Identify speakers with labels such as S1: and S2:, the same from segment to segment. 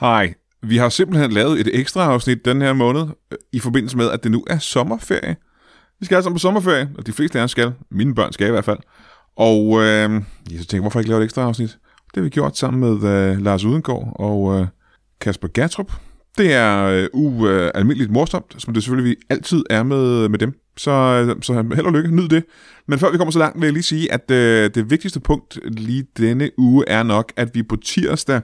S1: Hej. Vi har simpelthen lavet et ekstra afsnit den her måned, øh, i forbindelse med, at det nu er sommerferie. Vi skal alle sammen på sommerferie, og de fleste af os skal. Mine børn skal i hvert fald. Og øh, jeg så tænkte, hvorfor ikke lave et ekstra afsnit? Det har vi gjort sammen med øh, Lars Udengård og øh, Kasper Gertrup. Det er øh, ualmindeligt øh, morsomt, som det selvfølgelig altid er med, med dem. Så, øh, så held og lykke, nyd det. Men før vi kommer så langt, vil jeg lige sige, at øh, det vigtigste punkt lige denne uge er nok, at vi på tirsdag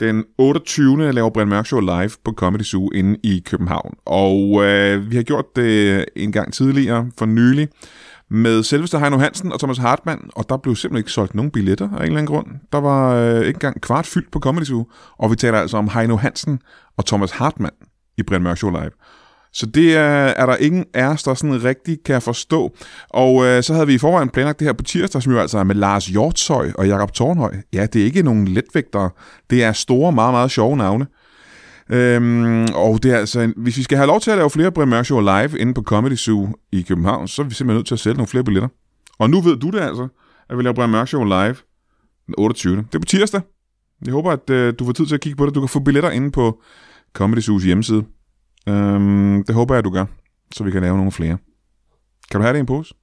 S1: den 28. laver Brian Mørk Show live på Comedy Zoo inde i København. Og øh, vi har gjort det en gang tidligere, for nylig, med selveste Heino Hansen og Thomas Hartmann, og der blev simpelthen ikke solgt nogen billetter af en eller anden grund. Der var øh, ikke engang kvart fyldt på Comedy Zoo, og vi taler altså om Heino Hansen og Thomas Hartmann i Brian Mørk Show live. Så det er, er der ingen af os, der sådan rigtig kan forstå. Og øh, så havde vi i forvejen planlagt det her på tirsdag, som jo altså er med Lars Hjortshøj og Jakob Tornhøj. Ja, det er ikke nogen letvægtere. Det er store, meget, meget sjove navne. Øhm, og det er altså, en, hvis vi skal have lov til at lave flere Brian Mørk Show live inde på Comedy Zoo i København, så er vi simpelthen nødt til at sælge nogle flere billetter. Og nu ved du det altså, at vi laver Brian Mørk Show live den 28. Det er på tirsdag. Jeg håber, at øh, du får tid til at kigge på det. Du kan få billetter inde på Comedy Zoo's hjemmeside. Øhm, det håber jeg, du gør, så vi kan lave nogle flere. Kan du have det i en pose?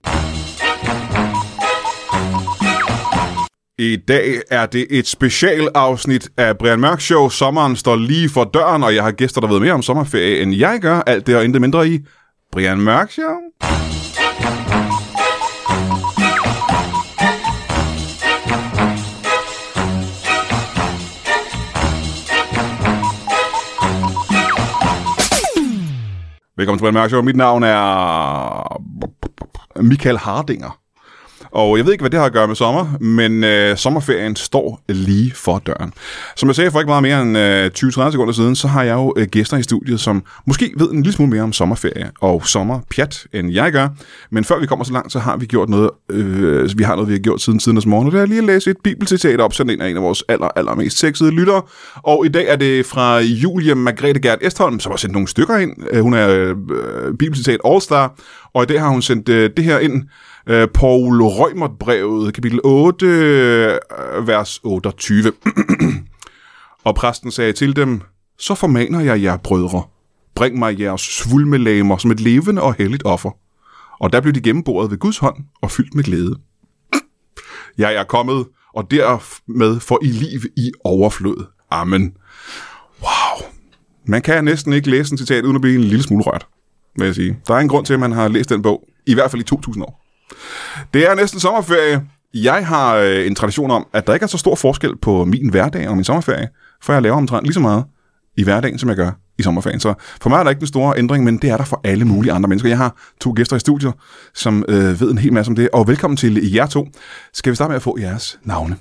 S1: I dag er det et specialafsnit af Brian Mørk Show. Sommeren står lige for døren, og jeg har gæster, der ved mere om sommerferie, end jeg gør. Alt det og intet mindre i Brian Mørk Show. Velkommen til Brian Mørk Show. Mit navn er Michael Hardinger. Og jeg ved ikke, hvad det har at gøre med sommer, men øh, sommerferien står lige for døren. Som jeg sagde for ikke meget mere end øh, 20-30 sekunder siden, så har jeg jo øh, gæster i studiet, som måske ved en lille smule mere om sommerferie og sommerpjat, end jeg gør. Men før vi kommer så langt, så har vi gjort noget, øh, vi har noget, vi har gjort siden tidens morgen, og det er lige at læse et bibelcitat op, sendt ind af en af vores aller, allermest sexede lyttere. Og i dag er det fra Julie Margrethe Gert Estholm, som har sendt nogle stykker ind. Øh, Hun er øh, øh, bibelcitat All-Star, og i dag har hun sendt øh, det her ind, øh, Paul Rømert-brevet, kapitel 8, øh, vers 28. og præsten sagde til dem, så formaner jeg jer, brødre. Bring mig jeres svulmelamer som et levende og helligt offer. Og der blev de gennemboret ved Guds hånd og fyldt med glæde. Jeg er kommet, og dermed får I liv i overflod. Amen. Wow. Man kan næsten ikke læse en citat, uden at blive en lille smule rørt, vil jeg sige. Der er en grund til, at man har læst den bog, i hvert fald i 2000 år. Det er næsten sommerferie. Jeg har øh, en tradition om, at der ikke er så stor forskel på min hverdag og min sommerferie, for jeg laver omtrent lige så meget i hverdagen, som jeg gør i sommerferien. Så for mig er der ikke den store ændring, men det er der for alle mulige andre mennesker. Jeg har to gæster i studiet, som øh, ved en hel masse om det, og velkommen til jer to. Skal vi starte med at få jeres navne?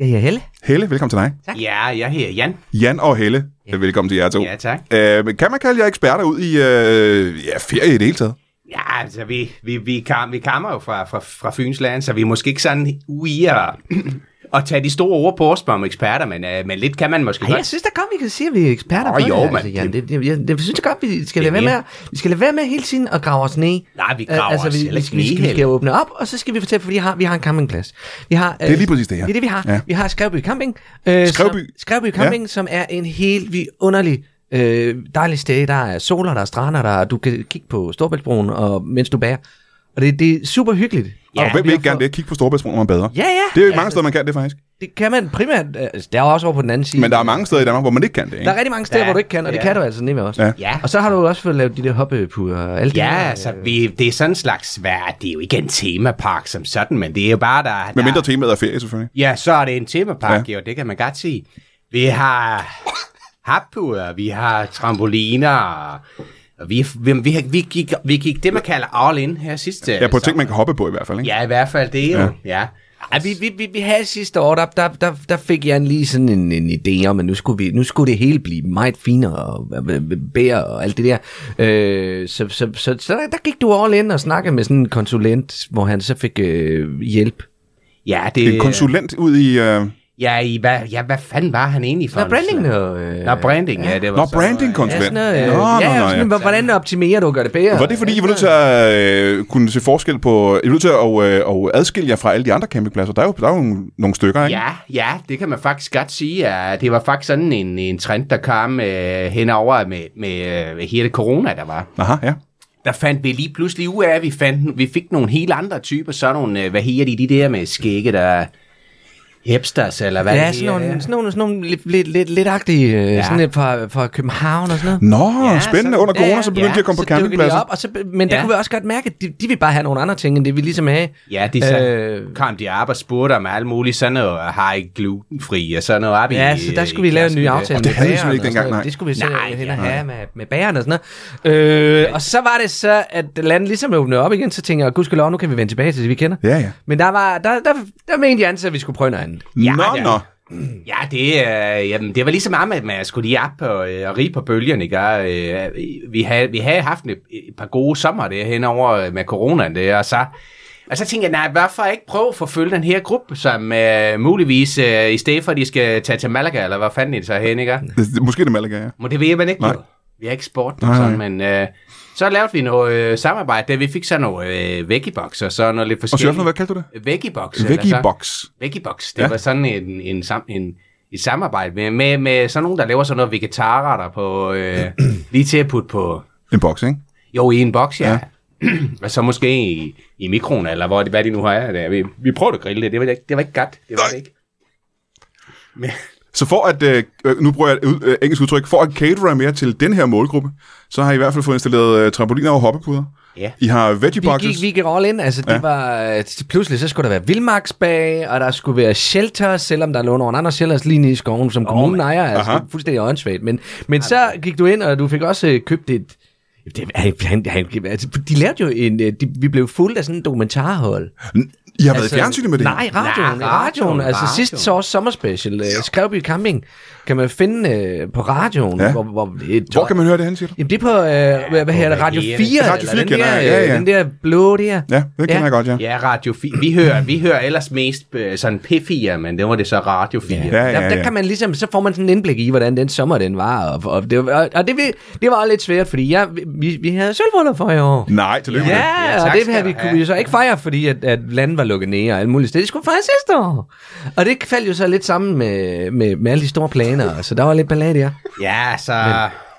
S2: Ja, ja, Helle.
S1: Helle, velkommen til dig.
S3: Ja, jeg hedder Jan.
S1: Jan og Helle, ja. velkommen til jer to.
S3: Ja, tak.
S1: Øh, men kan man kalde jer eksperter ud i øh, ja, ferie i det hele taget?
S3: Ja, altså, vi, vi, vi, kam, vi kammer jo fra, fra, fra Fynsland, så vi er måske ikke sådan ude i at, at tage de store ord på os som eksperter, men, øh, men lidt kan man måske
S2: Ej, jeg synes da godt, vi kan sige, at vi er eksperter
S3: Åh,
S2: på det,
S3: jo,
S2: altså,
S3: mand.
S2: Jan. Det, det, jeg, det, synes da godt, vi skal,
S3: Det
S2: lade være
S3: er
S2: med,
S3: det.
S2: at- vi skal lade være med hele tiden at grave os ned.
S3: Nej, vi
S2: Øh,
S3: graver os
S2: vi,
S3: heller
S2: vi,
S3: ikke
S2: skal- vi,
S3: ned,
S2: skal, vi skal
S3: Helle.
S2: åbne op, og så skal vi fortælle, fordi vi har, vi har en campingplads. Vi har, det
S1: er lige præcis det her.
S2: Det er det, vi har.
S1: Ja.
S2: Ja. Vi har Skrevby Camping. Øh,
S1: Skrevby?
S2: Som, Skrevby Camping, ja. som er en helt vidunderlig øh, dejlig sted. Der er soler, der er strander, der er, du kan kigge på Storbæltsbroen, og, mens du bager. Og det, det er super hyggeligt.
S1: Ja, og hvem
S2: vi
S1: vil
S2: har
S1: ikke gerne
S2: fået-
S1: det? Kigge på Storebæltsbroen, når man bader.
S2: Ja, ja.
S1: Det er jo ikke mange steder, man kan det faktisk.
S2: Det kan man primært. Altså, der er også over på den anden side.
S1: Men der er mange steder i Danmark, hvor man ikke kan det, ikke?
S2: Der er rigtig mange steder, ja, hvor
S3: Ja,
S2: du ikke kan, og det
S3: ja.
S2: kan du altså nemlig også.
S1: Ja.
S3: Ja.
S2: Og så har du også fået lavet de der hoppepuder og alt det
S3: Ja,
S2: der.
S3: altså, vi, det er sådan en slags værd. Det er jo ikke en temapark som sådan, men det er jo bare, der...
S1: Med mindre
S3: der
S1: temaet er ferie, selvfølgelig.
S3: ja, så er det en temapark,
S1: Ja.
S3: ja. jo, det kan man godt sige. Vi har happuder, vi har trampoliner, og vi, vi, vi, vi, gik, vi gik det, man kalder all in her sidste
S1: Ja, på ting, man kan hoppe på i hvert fald, ikke?
S3: Ja, i hvert fald det er jo, ja.
S2: Ja, vi, vi, vi, vi havde sidste år, der, der, der, der fik jeg lige sådan en, en idé om, at nu skulle, vi, nu skulle det hele blive meget finere og bære og alt det der. Øh, så så, så, så der, der gik du all in og snakkede med sådan en konsulent, hvor han så fik øh, hjælp.
S3: Ja, det
S1: En konsulent ud i... Øh,
S3: Ja, i, hvad, ja, hvad fanden var han egentlig for?
S2: Nå,
S3: en
S2: branding
S3: slag?
S2: og... Øh,
S3: Nå, branding, ja, det var
S1: Nå,
S3: så,
S2: ja, sådan
S1: brandingkonsulent.
S2: noget, øh,
S1: Nå, nå,
S2: ja,
S1: nå,
S2: sådan,
S1: ja.
S2: hvor- hvordan optimerer du og gør det bedre?
S1: Var det fordi, I var nødt til at øh, kunne se forskel på... I var nødt til at øh, og adskille jer fra alle de andre campingpladser. Der er jo, der er jo nogle- nogle stykker, ikke?
S3: Ja, ja, det kan man faktisk godt sige. at Det var faktisk sådan en, en trend, der kom øh, henover med, med øh, hele corona, der var.
S1: Aha, ja.
S3: Der fandt vi lige pludselig ud af, at vi, fandt, vi fik nogle helt andre typer. Sådan nogle, øh, hvad hedder de, de der med skægge, der er hipsters, eller hvad
S2: Ja,
S3: det
S2: sådan
S3: hedder,
S2: nogle, sådan nogle, sådan nogle lidt, lidt, lidt, lidt agtige, øh, sådan et fra, fra København og sådan noget.
S1: Nå,
S3: Ja,
S1: spændende.
S3: så-
S1: Under corona,
S2: ja,
S1: så begyndte
S3: ja,
S1: de at komme på
S2: så dukker de
S1: campingpladser.
S2: op, og så, men der
S3: Ja.
S2: kunne vi også godt mærke, at de, de ville bare have nogle andre ting, end det vi ligesom havde.
S3: Ja, de så
S2: Øh.
S3: øh, kom de op og spurgte om alt muligt sådan noget, og har I glutenfri og sådan noget op i...
S2: Ja, så der skulle vi
S3: i
S2: lave en ny
S3: klassen.
S2: aftale
S1: Og det
S2: med
S1: havde vi
S2: bageren
S1: simpelthen ikke
S2: og
S1: dengang,
S2: sådan noget.
S1: nej.
S2: Det skulle vi så
S3: Nej,
S2: hen og have med, med bageren og sådan noget. Øh, og så var det så, at landet ligesom åbnede op igen, så tænkte jeg, gudskelov, nu kan vi vende tilbage til det, vi kender.
S1: Ja, ja.
S2: Men der, var, der, der, der mente de ansatte, at vi skulle prøve noget andet.
S3: Ja,
S1: Nå,
S3: ja.
S1: nå.
S3: Ja, det, øh, jamen, det var ligesom om, at man skulle lige op og, øh, og rige på bølgen, ikke? Og, øh, vi, havde, vi havde haft et, et par gode sommer der henover øh, med coronaen der, og så, og så tænkte jeg, nej, hvorfor ikke prøve at forfølge den her gruppe, som øh, muligvis, øh, i stedet for at de skal tage til Malaga, eller hvad fanden de så hen, ikke?
S1: Det- det- Måske det er Malaga, ja.
S3: Men det ved man ikke
S1: Nej.
S3: nej. Vi har ikke sport
S1: Nej,
S3: nej, sådan,
S1: nej.
S3: men øh, så lavede vi noget øh, samarbejde, der vi fik sådan noget øh, veggiebox og sådan noget lidt
S1: Og
S3: forskelligt.
S1: surfen, hvad kaldte du det?
S3: Veggiebox. eller så-
S1: Veggiebox.
S3: Veggiebox, det
S1: Ja.
S3: ja. var sådan en, en, sam, en, et samarbejde med, med, med sådan nogen, der laver sådan noget vegetarretter på, øh, lige til at putte på,
S1: En box, ikke?
S3: jo, i en boks, ja. ja. og så måske i, i mikroen, eller hvor, det- hvad de nu har. Der. Vi, vi prøvede at grille det, det var, ikke, det var ikke godt, det var det ikke. Men,
S1: Så for at, øh, øh, nu bruger jeg et ud- øh, engelsk udtryk, for at catere mere til den her målgruppe, så har I i hvert fald fået installeret øh, trampoliner og hoppepuder.
S3: ja.
S1: I har
S2: Vi
S1: veggieboxes.
S2: gik, vi gik all in, altså det
S1: Ja.
S2: ja. var, øh, pludselig så skulle der være vildmarksbag, og der skulle være shelter, selvom der lå nogle andre shelters lige nede i skoven, som kommunen ejer, altså
S1: Aha.
S2: det er fuldstændig åndssvagt. Men, men så gik du ind, og du fik også øh, købt et, det, han, han, han, altså, de lavede jo en, øh, de, vi blev fuldt af sådan en dokumentarhold. Altså,
S1: I har været i fjernsynet med det?
S2: Nej, radioen.
S3: Nej,
S2: Nej, radioen.
S3: radioen,
S2: Altså
S3: radioen.
S2: sidste års sommerspecial, øh, Skrevby Camping, kan man finde øh, på radioen.
S1: Ja.
S2: Hvor, hvor, et,
S1: Hvor kan man høre det hen, siger du?
S2: Jamen det er på, øh, hvad, hvad hedder det,
S3: på
S2: Radio 4,
S1: fire
S3: Radio
S2: eller den
S1: kender
S2: der,
S1: jeg, ja,
S2: øh,
S1: ja.
S2: den der blå der.
S1: Ja, det kender ja. jeg godt, ja.
S3: Ja, Radio 4. Vi hører, vi hører ellers mest øh, sådan P4, men det var det så Radio 4.
S1: Ja,
S2: Ja,
S1: ja,
S2: der,
S1: ja.
S2: der kan man ligesom, så får man sådan en indblik i, hvordan den sommer den var, og, og, det, var- og det, vi- det var lidt svært, fordi jeg, vi, vi havde sølvbryllup for i år.
S1: Nej, tillykke med det.
S2: Ja,
S3: Ja,
S2: og
S3: tak
S2: det
S3: skal
S2: havde vi,
S3: du
S2: kunne
S3: have.
S2: vi jo så ikke fejre, fordi at, at landet var lukket ned og alle mulige steder. Det skulle fejre sidste år. Og det faldt jo så lidt sammen med, med, med alle de store planer, så der var lidt ballade der.
S3: ja så...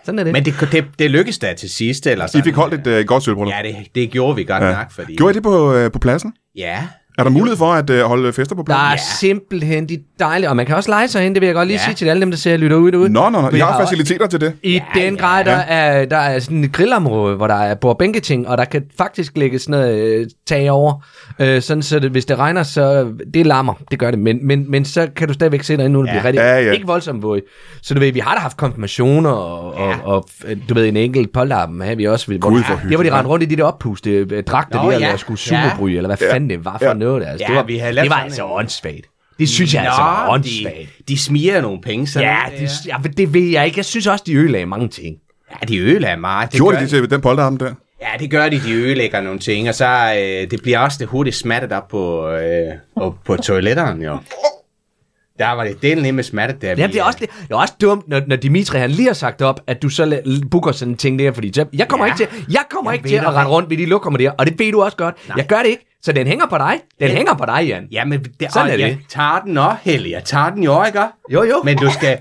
S2: Sådan er det.
S3: Men det, det, det lykkedes da til sidst, eller
S1: I
S3: sådan.
S1: fik holdt et øh, godt sølvbrød.
S3: Ja, det, det gjorde vi godt ja. nok, fordi...
S1: Gjorde I det på, øh, på pladsen?
S3: Ja.
S1: Er der mulighed for at øh, holde fester på
S2: Der
S1: pladsen?
S2: er simpelthen de dejlige, og man kan også lege sig hen, det vil jeg godt lige
S3: Ja.
S2: sige til alle dem, der ser og lytter ud derude.
S1: Nå, nå, nå.
S2: Vi
S1: I har
S2: har også-
S1: faciliteter til det.
S2: I ja, den
S3: ja,
S2: grad, der, er, der er sådan et grillområde, hvor der er bordbænketing, og der kan faktisk ligge sådan noget øh, tag over. Øh, sådan så det, hvis det regner, så det lammer, det gør det. Men, men, men så kan du stadigvæk se dig nu, det
S3: Ja.
S2: bliver rigtig,
S1: Ja, ja.
S2: ikke voldsomt våd. Så du ved, vi har da haft konfirmationer, og, og,
S3: Ja.
S2: og øh, du ved, en enkelt polterappen havde vi også. Ved, hvor,
S1: Gud, hvor
S2: det var de
S1: hyggeligt.
S2: rendte rundt i de der oppuste øh, dragter,
S3: Nå,
S2: der,
S3: ja.
S2: der skulle superbry, eller hvad fanden det var for
S1: Ja.
S2: noget. Altså.
S3: Ja,
S2: det var,
S3: vi havde lavet
S2: det var
S3: sådan
S2: altså
S3: en-
S2: åndssvagt. Det synes jeg altså var
S3: Nå,
S2: åndssvagt.
S3: de, de smiger nogle penge, så
S2: Ja, det, ja, det ved jeg ikke. Jeg synes også, de ødelagde mange ting.
S3: ja, de ødelægger meget. Det
S1: Gjorde
S3: gør
S1: de det til den polterarm der?
S3: Ja, det gør de. De ødelægger nogle ting, og så øh, det bliver også det hurtigt smattet op på, øh, og på toiletterne, jo. Der var det delen med smattet der.
S2: Jamen, det er også, det, det er også dumt, når, når Dimitri han lige har sagt op, at du så la- booker sådan en ting der, fordi så- jeg kommer
S3: Ja.
S2: ikke til, jeg kommer
S3: Jeg
S2: ikke
S3: ved
S2: til at
S3: det
S2: rende
S3: ikke.
S2: rundt ved de lokummer der, og det ved du også godt. Nej. Jeg gør det ikke, så den hænger på dig. Den hænger på dig, Jan.
S3: Ja, men det,
S2: Sådan
S3: og
S2: er det.
S3: Jeg tager den også, Helle. Jeg tager den jo, ikke?
S2: Jo, jo.
S3: Men du skal,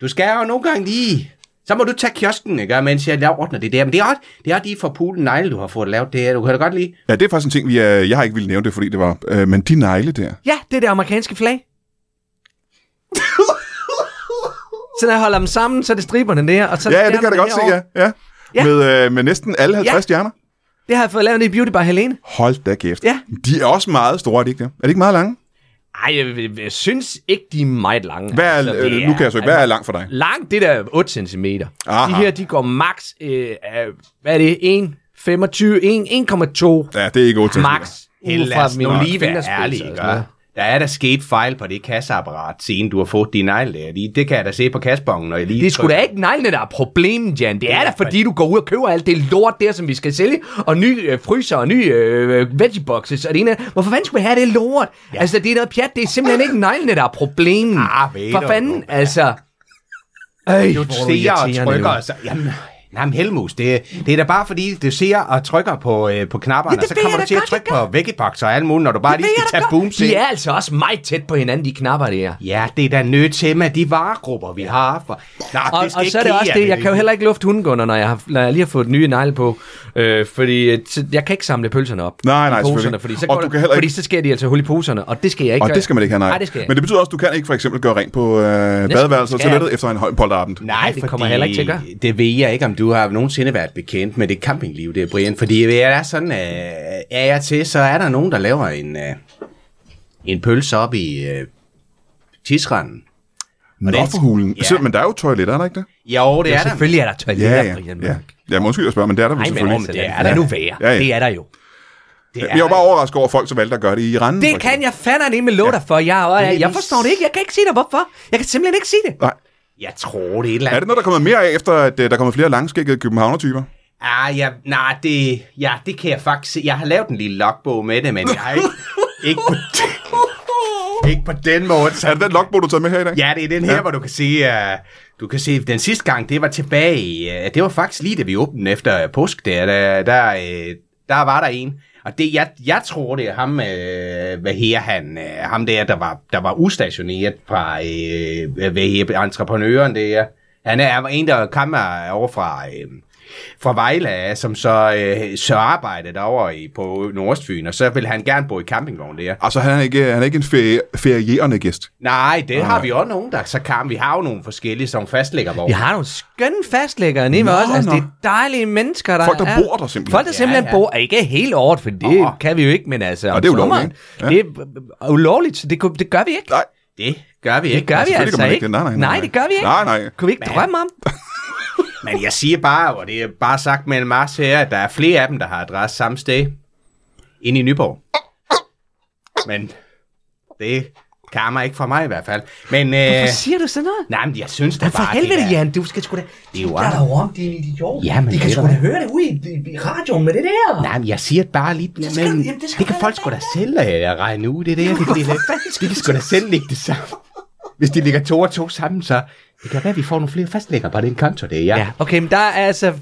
S3: du skal jo nogle gange lige... Så må du tage kiosken, ikke? Mens jeg laver- ordner det der. Men det er også, det er også lige for pulen negle, du har fået lavet det her. Du kan da godt lide.
S1: Ja, det er faktisk en ting, vi, øh, jeg har ikke ville nævne det, fordi det var... Øh, men de negle der.
S2: Ja, det er det amerikanske flag. så når jeg holder dem sammen, så er det striberne der, og så
S1: Ja, ja, det kan jeg da godt se, ja. ja.
S2: Ja.
S1: Med, øh, med næsten alle 50
S2: Ja.
S1: stjerner.
S2: Det har jeg fået lavet ned i Beauty by Helene.
S1: Hold da kæft.
S2: Ja.
S1: De er også meget store, er de ikke det? Er de ikke meget lange?
S2: Ej, jeg, jeg, jeg synes ikke, de er meget lange.
S1: Hvad er,
S2: Altså, det
S1: øh, nu kan jeg så ikke. Hvad er langt for dig?
S2: Langt, det der 8 cm.
S1: Aha.
S2: De her, de går max, øh, af- hvad er det, 1, 25, 1, 1,2
S1: Ja, det er ikke 8
S2: max. ud
S3: Helle,
S2: fra
S3: lad os
S2: mine
S3: nu lige være
S2: fingerspidser og
S3: ærlige,
S2: sådan
S3: ikke?
S2: noget.
S3: der er der sket fejl på det kasseapparat, siden du har fået din negl der. De- Det kan jeg da se på kassepongen, når jeg lige
S2: Det er sgu
S3: trykker-
S2: da ikke neglene, der er problemet, Jan. Det er da, fordi du går ud og køber alt det lort der, som vi skal sælge, og nye øh, fryser og nye øh, veggieboxes og det ene. Hvorfor fanden skulle vi have det lort? Ja. Altså, det er noget pjat. Det er simpelthen ikke neglene, der er problemet.
S3: Ah, ved
S2: For
S3: du,
S2: fanden,
S3: mand.
S2: altså. Øj,
S3: du ser og trykker, og så, jamen, nej, men Helmus, det, det er da bare fordi, du ser og trykker på, øh, på knapperne,
S2: Ja,
S3: og
S2: det
S3: så
S2: ved jeg
S3: kommer du
S2: da
S3: til at
S2: godt,
S3: trykke
S2: jeg gør.
S3: på vækkebokser og alt muligt, når du bare lige skal tage boom
S2: De er altså også meget tæt på hinanden, de knapper der.
S3: Ja, det er da nødt til med de varegrupper, vi har. For... Nå,
S2: Og,
S3: skal
S2: og
S3: ikke
S2: så er det
S3: give
S2: også
S3: jer
S2: det, jeg kan jo heller ikke lufte hundegunder, når jeg, har, når jeg lige har fået nye negle på. Øh, fordi øh, så- jeg kan ikke samle pølserne op.
S1: Nej,
S2: i
S1: nej,
S2: poserne,
S1: selvfølgelig.
S2: fordi så,
S1: Og
S2: går
S1: du
S2: der-
S1: kan heller
S2: fordi
S1: ikke-
S2: så sker de altså hul i poserne, og det skal jeg ikke
S1: Og
S2: gøre.
S1: det skal man ikke have, nej.
S2: Nej, det skal jeg
S1: Men det betyder også, at du kan ikke for eksempel gøre rent på øh, badeværelset og
S2: skal jeg.
S1: toilettet efter en høj polterabend.
S3: Nej,
S2: det
S3: fordi
S2: kommer jeg heller ikke til at gøre.
S3: Det ved jeg ikke, om du har nogensinde været bekendt med det campingliv, det er Brian. Fordi det er sådan, øh, af jeg til, så er der nogen, der laver en, øh, en pølse op i øh, tidsranden.
S1: Nå
S3: det er-
S1: for hulen.
S3: Ja.
S1: Ja. Men der er der jo toiletter, er der ikke det?
S3: Jo, det
S2: Ja,
S3: er der.
S2: selvfølgelig er der toiletter,
S1: Ja, ja.
S2: Brian.
S1: ja. ja men undskyld, jeg spørger, men det er der vel
S2: Nej, men,
S1: selvfølgelig.
S2: altså,
S3: det
S2: det
S3: er
S2: er lad
S3: der.
S2: nu være.
S1: Ja, ja.
S2: Det er der jo.
S3: Det
S1: Jeg var bare overrasket over folk, som valgte at gøre det i randen. for
S2: Det
S1: eksempel.
S2: kan jeg fandme ikke med lov dig for. Jeg, og, jeg, jeg
S3: lige-
S2: forstår det ikke. Jeg kan ikke sige dig, hvorfor. Jeg kan simpelthen ikke sige det.
S1: Nej.
S3: Jeg tror, det er et
S1: Er
S3: eller andet.
S1: det noget, der er kommet mere af, efter at øh, der er kommet flere langskækkede københavner-typer?
S3: Ah, ja, nej, det, ja, det kan jeg faktisk se. Jeg har lavet en lille logbog med det, men jeg har ikke, ikke, på, ikke på den måde.
S1: Er det den logbog, du tager med her i dag?
S3: Ja, det er den her, ja. hvor du kan se, uh, du kan se, den sidste gang, det var tilbage, i, øh, det var faktisk lige da vi åbnede efter påsk, der, der, der, øh, der var der en, og det, jeg, jeg tror, det er ham, øh, hvad her han, øh, ham der, der var, der var ustationeret fra, øh, hvad her, entreprenøren der, han er, han var en, der kommer over fra, øh, fra Vejle, af, som så, øh, så arbejder derovre i, på Nordstfyn, og så vil han gerne bo i campingvogn der.
S1: Altså, han er ikke, han er ikke en ferie, ferierende gæst.
S3: Nej, det har vi også nogen, der så kan. Vi har jo nogle forskellige, som fastlægger vores.
S2: Vi har nogle skønne fastlæggere nede med
S1: Nå,
S2: os. Altså,
S1: nå.
S2: det er dejlige mennesker, der
S1: Folk, der
S2: er.
S1: bor der simpelthen.
S2: Folk, der simpelthen
S3: Ja,
S2: ja,
S3: ja.
S2: ja. bor. Ikke hele året, for det
S3: Nå.
S2: kan vi jo ikke, men altså...
S1: Og det er
S2: om
S1: ulovligt,
S2: sommeren,
S1: ikke? Ja.
S2: Det er øh, ulovligt, så det, kunne- det gør vi ikke.
S1: Nej,
S3: Det gør vi
S2: Det
S3: ikke.
S2: gør vi
S1: selvfølgelig
S2: altså
S1: gør man ikke
S2: ikke.
S1: det. Nej, nej, nej,
S2: nej,
S1: nej.
S2: det gør vi ikke.
S1: Nej, nej.
S2: Kunne vi ikke drømme om?
S3: Men jeg siger bare, og det er bare sagt med en mars her, at der er flere af dem, der har adresse samme sted. Inde i Nyborg. Men det karma ikke fra mig i hvert fald. Men, øh,
S2: Hvorfor siger du sådan noget?
S3: nej, men jeg synes da
S2: Men for
S3: bare,
S2: helvede,
S3: det der,
S2: Jan, du skal sgu da...
S3: Det er jo
S2: Der er der jo om, de er en idiot.
S3: Jamen,
S2: de kan
S3: det er
S2: sgu
S3: der.
S2: da høre det ude i, i, i radioen med det der.
S3: Nej, men jeg siger det bare lige,
S2: skal
S3: men,
S2: du- jamen, det skal
S3: det kan
S2: du
S3: folk
S2: da
S3: sgu da selv øh, regne ud, det der. Det kan de,
S2: Hvorfor
S3: lægge-
S2: fanden
S3: de
S2: skal
S3: kan sgu da selv lægge det sammen. Hvis de ligger to og to sammen, så det kan være, at vi får nogle flere fastlægger på den konto, det er jeg.
S2: Ja, okay, men der er altså...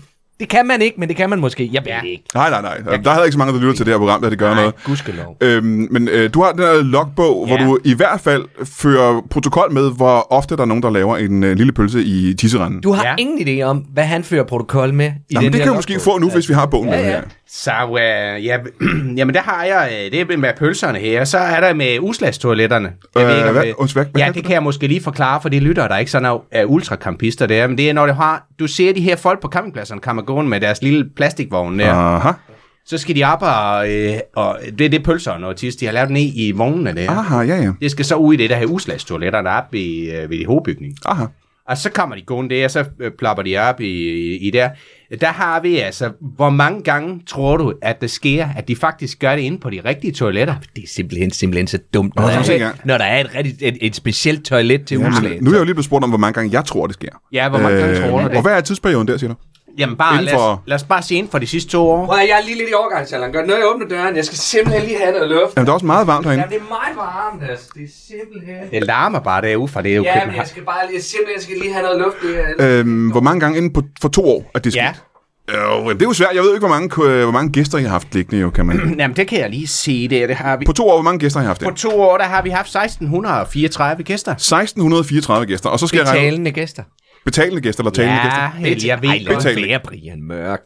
S2: Det kan man ikke, men det kan man måske. Jeg ved
S3: Ja.
S2: det ikke.
S1: nej, nej. nej. Der er heller ikke så mange, der lytter til det her program, der det gør
S3: Nej,
S1: noget.
S2: Gudskelov.
S1: Øhm, men øh, du har den her logbog,
S3: Ja.
S1: ja. hvor du i hvert fald fører protokol med, hvor ofte der er nogen, der laver en øh, lille pølse i tisseranden.
S2: Du har
S3: Ja.
S2: ja. ingen idé om, hvad han fører protokol med i
S1: Jamen,
S2: den
S1: det
S2: her
S1: kan vi måske
S2: logbog.
S1: få nu, hvis vi har bogen med
S2: ja.
S1: her.
S3: Så øh, ja, jamen der har jeg, øh, det er med pølserne her, så er der med uslagstoiletterne. Jeg
S1: Øh,
S3: ved ikke, om
S1: hvad?
S3: det-
S1: Undskyld, hvad- hvad
S3: ja,
S1: kaldte
S3: det
S1: du
S3: kan jeg måske lige forklare for de lyttere, der ikke sådan er, er ultrakampister der, men det er, når du har, du ser de her folk på campingpladserne, kommer gående med deres lille plastikvogn der,
S1: Aha.
S3: så skal de op og, øh, og det er det pølserne og tis, de har lavet ned i vognene der.
S1: Aha, ja, ja.
S3: Det skal så ud i det der her uslagstoiletterne op i, øh, ved de hovedbygning.
S1: Aha.
S3: Og så kommer de gående der, og så øh, plopper de op i, i, i der. Der har vi altså, hvor mange gange tror du, at det sker, at de faktisk gør det inde på de rigtige toiletter?
S2: Det er simpelthen, simpelthen så dumt, når,
S1: Nå,
S2: der,
S1: så
S2: er,
S1: ikke.
S2: når der er et, rigtig, et, et specielt toilet til
S1: Jamen,
S2: udslaget.
S1: nu er jeg jo lige blevet spurgt om, hvor mange gange jeg tror, det sker. Øh,
S3: Ja, hvor mange gange tror du det?
S1: Og hvad er tidsperioden der, siger du?
S3: Jamen bare, lad
S1: Inden for-
S3: os, lad os bare se inden for de sidste to år.
S2: Prøv, jeg er lige lidt i overgangsalderen. Gør noget, jeg åbner døren. Jeg skal simpelthen lige have noget luft.
S1: Jamen, der er også meget varmt herinde.
S2: det er meget varmt, altså. Det er simpelthen...
S3: Det larmer bare derude, for det er jo København.
S2: skal bare lige, simpelthen skal lige have noget luft. Det er...
S1: Øhm, hvor mange gange inden på, for to år, at det
S3: Ja.
S1: skete? Jo, jamen, det er jo svært. Jeg ved jo ikke, hvor mange, øh, hvor mange gæster, I har haft liggende, jo, kan man.
S3: Jamen det kan jeg lige se der, det har vi.
S1: På to år, hvor mange gæster har I haft?
S3: På
S1: Ja?
S3: to år, der har vi haft 1634 gæster.
S1: 1634 gæster, og så skal jeg regne
S2: Betalende gæster.
S1: ud- betalende gæster eller talende gæster.
S3: Ja, Helle, jeg ved,
S2: Ej,
S3: godt,
S1: Betalende.
S2: flere, Brian Mørk.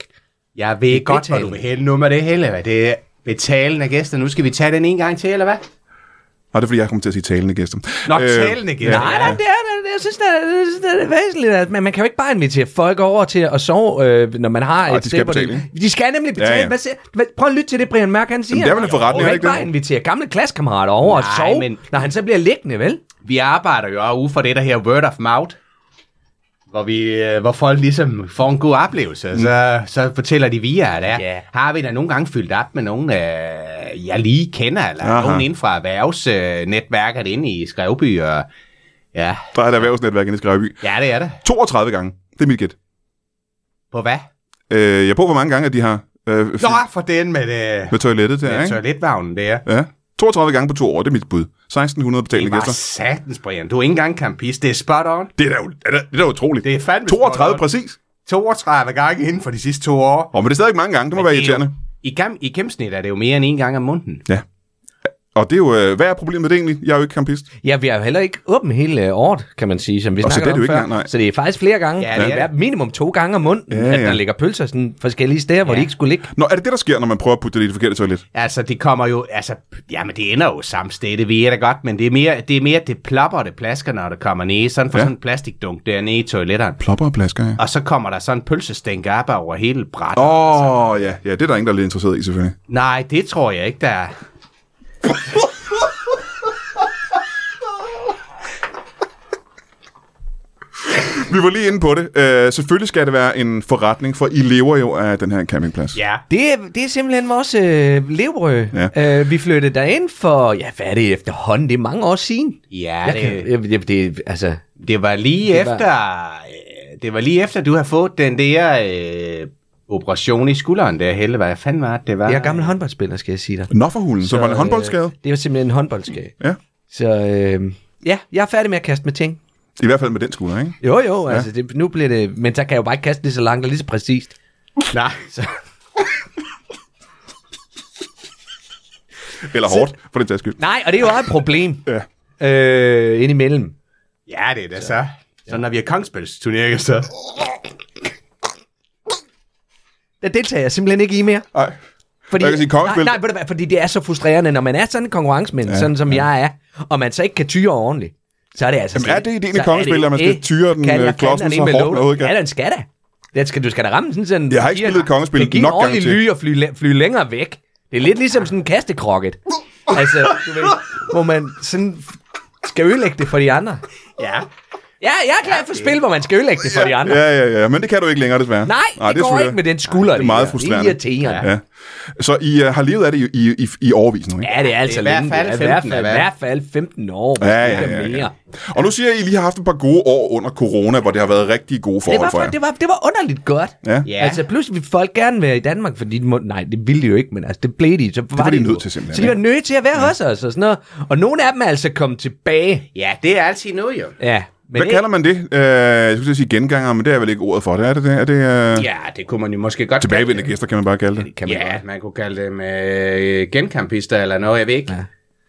S3: jeg ved godt, hvor du
S2: betalende.
S3: vil hen nu med det hele. hvad? Det er betalende gæster. Nu skal vi tage den en gang til, eller hvad?
S1: Nej, det er fordi, jeg kommer til at sige talende gæster. Øh,
S3: Nå, talende gæster.
S2: Nej,
S3: Ja.
S2: nej, det er det. Jeg synes, det er, jeg synes, det er væsentligt. At man, man kan jo ikke bare invitere folk over til at sove, øh, når man har
S1: Ej,
S2: et
S1: de skal
S2: sted, hvor
S1: betale,
S2: De, de skal nemlig betale.
S1: Ja,
S2: Ja,
S1: ja.
S2: ja. Hvad siger, hvad, prøv at lytte til det, Brian Mørk, han siger.
S1: det er vel en forretning,
S2: Man
S1: er
S2: kan
S1: det
S2: ikke
S1: ikke det?
S2: bare invitere gamle klassekammerater over og
S3: Nej,
S2: sove,
S3: men-
S2: men... når han så bliver liggende, vel?
S3: Vi arbejder jo også ude for det, der her word of mouth. hvor, vi, øh, hvor folk ligesom får en god oplevelse, og så, så fortæller de via, at
S2: Ja.
S3: Mm. ja. har vi da nogle gange fyldt op med nogen, øh, jeg lige kender, eller
S1: Aha.
S3: Aha. nogen inden fra erhvervsnetværket inde i Skrevby, og ja,
S1: Der er et erhvervsnetværk inde i Skrevby.
S3: ja det er det.
S1: 32 gange. Det er mit gæt.
S3: På hvad?
S1: Øh, jeg på, hvor mange gange at de har øh, fyldt
S3: Nå, for den med, det,
S1: med toilettet der,
S3: med
S1: ikke?
S3: toiletvagnen der.
S1: Ja. 32 gange på to år, det er mit bud. 1600
S3: Det
S1: betalende
S3: var
S1: gæster.
S3: satans, Brian. Du er ikke engang campist. Det er spot on.
S1: Det er da, jo- det er da, det er da utroligt.
S3: Det er fandme spot
S1: 32
S3: on.
S1: præcis.
S3: 32 gange inden for de sidste to år.
S1: Åh, men det er stadig mange gange, det må være
S3: Det er
S1: irriterende.
S3: jo, i, gam, I gennemsnit er det jo mere end en gang om måneden.
S1: Og det er jo, øh, hvad er problemet med det egentlig? Jeg er jo ikke campist.
S2: Ja, vi er jo heller ikke åben hele øh, året, kan man sige, som vi
S1: Og så
S2: snakkede
S1: det er det jo
S2: om
S1: ikke
S2: før.
S1: engang, nej.
S2: Så det er faktisk flere gange.
S3: Ja,
S2: Ja, det
S3: det er
S2: er minimum to gange om måneden,
S1: Ja,
S2: ja, ja. at
S1: ja.
S2: der ligger pølser sådan forskellige steder, hvor
S3: Ja.
S2: de ikke skulle ligge.
S1: Nå, er det det, der sker, når man prøver at putte det i det forkerte toilet?
S3: Altså, det kommer jo... Altså, jamen, det ender jo samme sted, det ved jeg da godt, men det er mere, det, er mere, det plopper, og det plasker, når det kommer ned. Sådan for
S1: Ja.
S3: ja. sådan en plastikdunk dernede i toiletterne.
S1: Plopper og plasker, ja.
S3: Og så kommer der sådan en pølsestænk op over hele brættet. Oh.
S1: Åh, oh, ja. ja, det er der ingen, der er lidt interesseret i, selvfølgelig.
S3: Nej, det tror jeg ikke, der er.
S1: Vi var lige inde på det. Øh, selvfølgelig skal det være en forretning, for I lever jo af den her campingplads.
S3: Ja.
S2: Det er, det er simpelthen vores øh, levebrød.
S1: Ja.
S2: Ja. Øh, vi flyttede derind for, ja, hvad er det efterhånden? Det er mange år siden.
S3: Ja,
S2: Ja,
S3: det,
S2: det, kan, jeg, jeg, det, altså,
S3: Det var lige
S2: Det
S3: det
S2: var-
S3: efter, var... det var lige efter, du har fået den der øh, operation i skulderen der, Helle. Hvad fanden var det, det var?
S2: jeg er gammel håndboldspiller, skal jeg sige dig.
S1: Nå for hulen, så, var det en håndboldskade.
S2: Øh, det var simpelthen en håndboldskade.
S1: Ja.
S2: Så øh, ja, jeg er færdig med at kaste med ting.
S1: I hvert fald med den skulder, ikke?
S2: Jo, jo, ja. altså det, nu bliver det... Men så kan jeg jo bare ikke kaste lige så langt og lige så præcist.
S3: Nej, så,
S1: Eller hårdt, for den sags skyld.
S2: Nej, og det er jo også et problem.
S1: Ja.
S2: Øh, indimellem.
S3: ja, det er det så. Så når vi har kongsbælsturneringer, så...
S2: Der deltager jeg simpelthen ikke i mere.
S1: Ej.
S2: Fordi,
S1: Jeg kan sige,
S2: nej,
S1: Kongsbæl-
S2: nej, ved du hvad, fordi det er så frustrerende, når man er sådan en konkurrencemænd, ja, sådan som ja. jeg er, og man så ikke kan tyre ordentligt. Så er det altså
S1: Jamen,
S2: slet
S1: er
S2: ikke-
S1: det ideen i
S2: så er
S1: Kongsbæl,
S2: det
S1: at man skal
S2: ikke-
S1: tyre den,
S2: kan
S1: øh,
S2: jeg
S1: klodsen
S2: fandme
S1: så
S2: med
S1: hårdt,
S2: love
S1: man overhovedet kan?
S2: Ja, den skal da. Den skal, du skal da ramme sådan sådan...
S1: Jeg har ikke
S2: siger,
S1: spillet Kongsbæl
S2: det giver
S1: nok
S2: en ordentlig
S1: gange til.
S2: ly og fly, la- fly længere væk. Det er lidt ligesom sådan en kastekrokket. altså, du ved, hvor man sådan skal ødelægge det for de andre.
S3: Ja.
S2: Ja, jeg er klar for spil, hvor man skal ødelægge det for de andre.
S1: Ja, ja, ja, men det kan du ikke længere, desværre.
S2: Nej, det, det går
S1: selvfølgelig-
S2: ikke med den skulder.
S1: det er meget
S2: der.
S1: frustrerende.
S2: Det er irriterende.
S1: Ja. Så I uh, har levet af det i, i, i, i årvis nu, ikke?
S2: Ja, det er altså
S3: i hvert
S2: længe.
S3: fald
S2: Det er i hvert
S3: 15,
S2: fald, i
S3: hvad?
S2: hvert fald 15 år. hvis
S1: Ja,
S2: ikke
S1: ja, ja, ja.
S2: mere.
S1: Og nu siger I, at I lige har haft et par gode år under corona, hvor det har været rigtig gode
S2: Det
S1: forhold
S2: var,
S1: for jer.
S2: for, det, var, det var underligt godt.
S1: Ja.
S3: Ja.
S2: Altså pludselig ville folk gerne være i Danmark, fordi de må, nej, det ville de jo ikke, men altså det blev de. Så var,
S1: var de
S2: jo.
S1: nødt til simpelthen,
S2: Så de var
S1: ja.
S2: nødt til at være ja. hos os og sådan noget. Og nogle af dem er altså kommet tilbage.
S3: ja, det er altid noget jo.
S2: Ja, men
S1: Hvad
S2: ikke-
S1: kalder man det? Uh, jeg skulle til at sige genganger, men det er vel ikke ordet for det. Er det det? Er det uh,
S3: Ja, det kunne man jo måske godt
S1: tilbagevendende gæster, kan man bare kalde det?
S2: kan man
S3: Ja,
S2: godt.
S3: man kunne kalde dem øh, genkampister eller noget, jeg ved ikke. Ja.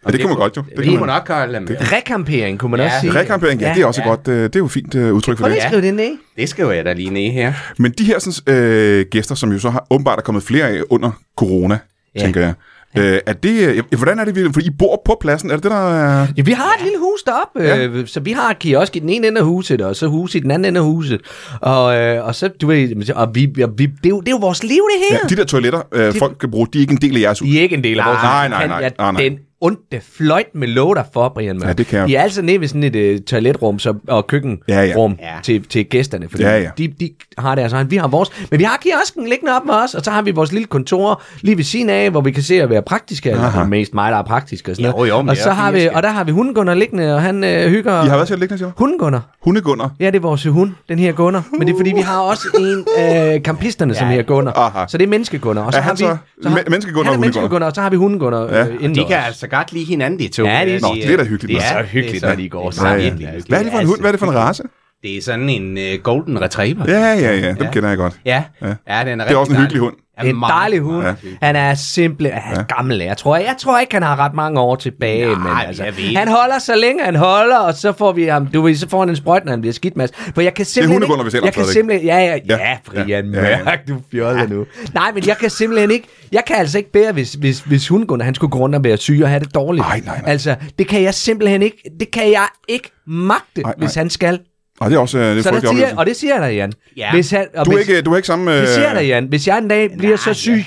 S1: Ja, det kan man godt jo. Det
S3: Det kunne
S1: kan
S3: man
S1: man.
S3: nok kalde dem. Det,
S2: Rekampering kunne man
S3: Ja.
S2: også sige.
S1: Rekampering, ja, det er også
S3: Ja.
S1: ja. godt. Uh, det er jo et fint uh, udtryk for
S2: Prøv
S1: det.
S2: lige at skrive det ned.
S3: det skriver jeg da lige ned her.
S1: Men de her sådan, øh, gæster, som jo så har åbenbart er kommet flere af under corona, ja.
S2: Ja.
S1: tænker jeg. Øh, er det, øh, hvordan er det, virkelig? fordi I bor på pladsen? Er det det, der er...
S2: Ja, vi har et lille hus deroppe, ja. øh, så vi har en kiosk i den ene ende af huset, og så hus i den anden ende af huset. Og, øh, og så, du ved, og vi, og vi, det, er jo, det er jo vores liv, det her.
S1: Ja, de der toiletter, øh, folk kan bruge, de er ikke en del af jeres hus.
S2: De er ikke en del af
S1: Nej,
S2: vores
S1: nej, nej,
S2: Kan
S1: nej,
S2: jeg
S1: nej, nej.
S2: Den ondte fløjt med lov dig for, Brian. Mørk.
S1: Ja, det kan jeg.
S2: De er altså nede ved sådan et uh, toiletrum så, og køkkenrum
S1: Ja, ja.
S3: Ja.
S2: Til, til gæsterne. Fordi
S1: Ja, ja.
S2: De, de har deres egen. Vi har vores. Men vi har kiosken liggende op med os, og så har vi vores lille kontor lige ved siden af, hvor vi kan se at være praktiske. Eller det er mest mig, der er praktisk og sådan
S3: Jo,
S2: noget.
S3: jo, men
S2: og,
S3: det
S2: så
S3: er
S2: har
S3: fint,
S2: vi,
S3: skal.
S2: og der har vi hundegunner liggende, og han øh, hygger...
S1: I har været til at ligge, siger du?
S2: Hundegunner.
S1: Hundegunder.
S2: Ja, det er vores hund, den her gunner. Men det er fordi, vi har også en af øh, kampisterne, som
S3: Ja.
S2: her gunner.
S1: Aha.
S2: Så det er menneskegunner. Og så
S1: Er han
S2: har vi,
S1: så men- menneskegunner og
S2: han er
S1: hundegunner?
S2: menneskegunner, og så har vi hundegunner
S1: Ja.
S2: ja. øh, inden
S3: De kan altså godt lide hinanden, de to.
S2: Ja, det er-
S1: Nå, det er da hyggeligt,
S3: Det
S1: mand.
S3: er
S2: Så hyggeligt,
S3: det er
S2: når de går
S3: det er
S2: sammen.
S3: virkelig hyggeligt. Altså,
S1: Hvad er det for en hund? Hvad er det for en race?
S3: Det er sådan en øh, golden retriever.
S1: Ja, ja, ja, dem kender jeg godt.
S3: Ja,
S1: Ja.
S3: ja. ja den er
S1: Det er også en hyggelig hund.
S2: Det er en dejlig hund.
S1: Ja.
S2: Ja. Han er simpelthen han er gammel. Jeg tror, jeg tror ikke, han har ret mange år tilbage.
S3: Nej,
S2: men altså,
S3: jeg ved ikke.
S2: han holder så længe, han holder, og så får vi ham. Du ved, så får han en sprøjt, når han bliver skidt, Mads. For jeg kan simpelthen
S1: hundegunder, vi sælger
S2: jeg kan
S1: stadigvæk.
S2: simpelthen, ja, ja,
S1: Ja.
S2: ja, ja, Brian
S1: Ja.
S2: ja.
S1: Ja, ja.
S2: Mørk, du fjoller ja. nu. Nej, men jeg kan simpelthen ikke, jeg kan altså ikke bære, hvis, hvis, hvis hundegunder, han skulle gå rundt og være syg og have det dårligt.
S1: Ej, nej, nej.
S2: Altså, det kan jeg simpelthen ikke, det kan jeg ikke magte,
S1: Ej,
S2: ej,
S1: nej.
S2: hvis han skal.
S1: Og det er også øh, det er
S2: Så der
S1: frygtelig
S2: siger,
S1: oplevelse.
S2: og det siger jeg dig, Jan.
S3: Ja.
S2: Hvis han, og
S1: Du er
S2: hvis,
S1: ikke, du er ikke samme...
S2: det
S1: øh,
S2: siger jeg dig, Jan. Hvis jeg en dag bliver så
S3: nej,
S2: syg,
S3: ja.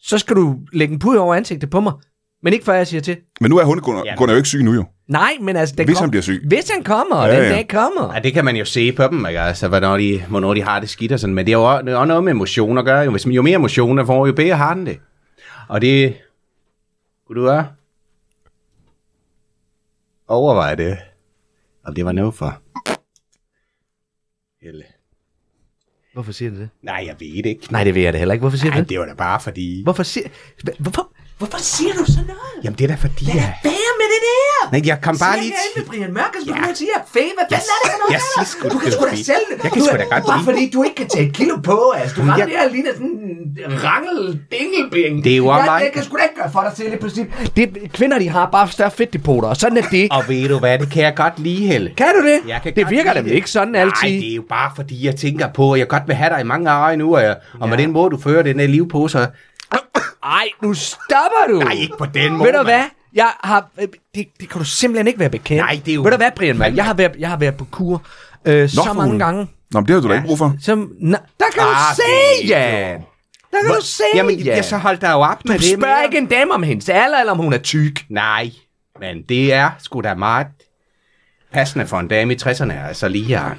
S2: så skal du lægge en pud over ansigtet på mig. Men ikke før jeg siger til.
S1: Men nu er hundegunder
S3: Jamen.
S1: Gunnar jo ikke syg nu jo.
S2: Nej, men altså... Den
S1: Hvis
S2: kom-
S1: han bliver syg.
S2: Hvis han kommer,
S1: Ja,
S2: ja, den
S1: ja.
S2: dag kommer.
S3: Ja, det kan man jo se på dem, ikke? Altså, hvornår de, hvornår de har det skidt og sådan. Men det er jo også- det er også noget med emotion at gøre. Jo, Hvis, jo mere emotion der får, jo bedre har den det. Og det... Kunne du høre? Overvej det. Og det var noget for. Helle.
S2: Hvorfor siger du det?
S3: Nej, jeg ved det ikke.
S2: Nej, det ved jeg da heller ikke. Hvorfor siger
S3: Nej,
S2: du det?
S3: det var da bare fordi...
S2: Hvorfor siger... Hva- Hvorfor, hvorfor siger du sådan noget?
S3: Jamen, det er da fordi, jeg...
S2: Hvad med det der?
S3: Nej, jeg kom bare lige...
S2: Siger
S3: til-
S2: med Brian Mørk, og så ja. siger, Fæ, hvad fanden er det for noget?
S3: jeg
S2: der?
S3: siger sgu,
S2: du kan
S3: det
S2: sgu
S3: var
S2: da
S3: fint.
S2: selv.
S3: Jeg kan
S2: du,
S3: sgu da godt
S2: Bare
S3: lide.
S2: fordi du ikke kan tage et kilo på, altså. Du rammer det her ligner sådan en rangel dingelbring.
S3: Det er jo
S2: jeg,
S3: online.
S2: jeg kan sgu da ikke gøre for dig til det princip. Det, kvinder, de har bare større fedtdepoter, og sådan er det.
S3: Og ved du hvad, det kan jeg godt lide, Helle.
S2: Kan du det?
S3: Jeg kan
S2: det
S3: godt
S2: virker
S3: lide
S2: nemlig ikke sådan altid.
S3: Nej, det er jo bare fordi, jeg tænker på, at jeg godt vil have dig i mange år endnu, og, jeg, og med den måde, du fører den her liv på, så...
S2: Ej, nu stopper du.
S3: Nej, ikke på den måde,
S2: Ved du
S3: mand.
S2: hvad? Jeg har, øh, det, det kan du simpelthen ikke være bekendt.
S3: Nej, det er jo-
S2: Ved du hvad, Brian, mand? Jeg har været, jeg har været på kur øh, så
S1: for
S2: mange
S1: hulen.
S2: gange.
S1: Nå, men det har du da ikke brug for.
S2: Som, na, der kan
S3: Ah,
S2: du se,
S3: det er
S2: ja!
S3: jo-
S2: Der kan du se,
S3: Jamen,
S2: ja!
S3: ja, så hold dig jo op med
S2: du
S3: det.
S2: spørger
S3: mere.
S2: ikke en dame om hendes alder, eller om hun er tyk.
S3: Nej, men det er sgu da meget passende for en dame i 60'erne, altså lige her.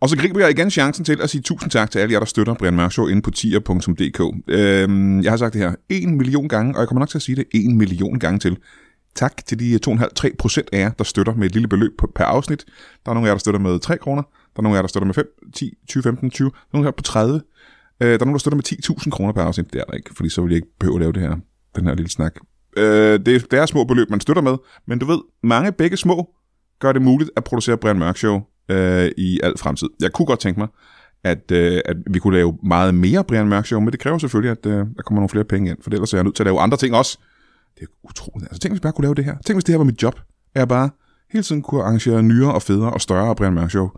S1: Og så griber jeg igen chancen til at sige tusind tak til alle jer, der støtter Brian Mørk Show inde på tier.dk. Øhm, jeg har sagt det her en million gange, og jeg kommer nok til at sige det en million gange til. Tak til de 2,5-3 procent af jer, der støtter med et lille beløb på- per afsnit. Der er nogle af jer, der støtter med 3 kroner. Der er nogle af jer, der støtter med 5, 10, 20, 15, 20. Der er nogle af jer på 30. Øh, der er nogen, der støtter med 10.000 kroner per afsnit. Det er der ikke, fordi så vil jeg ikke behøve at lave det her, den her lille snak. Øh, det, er, det er små beløb, man støtter med, men du ved, mange begge små gør det muligt at producere Brian Mørk Show øh, i al fremtid. Jeg kunne godt tænke mig, at, øh, at vi kunne lave meget mere Brian Mørk Show, men det kræver selvfølgelig, at øh, der kommer nogle flere penge ind, for ellers er jeg nødt til at lave andre ting også. Det er utroligt. Altså, tænk, hvis jeg bare kunne lave det her. Tænk, hvis det her var mit job. At jeg bare hele tiden kunne arrangere nyere og federe og større Brian Mørk Show.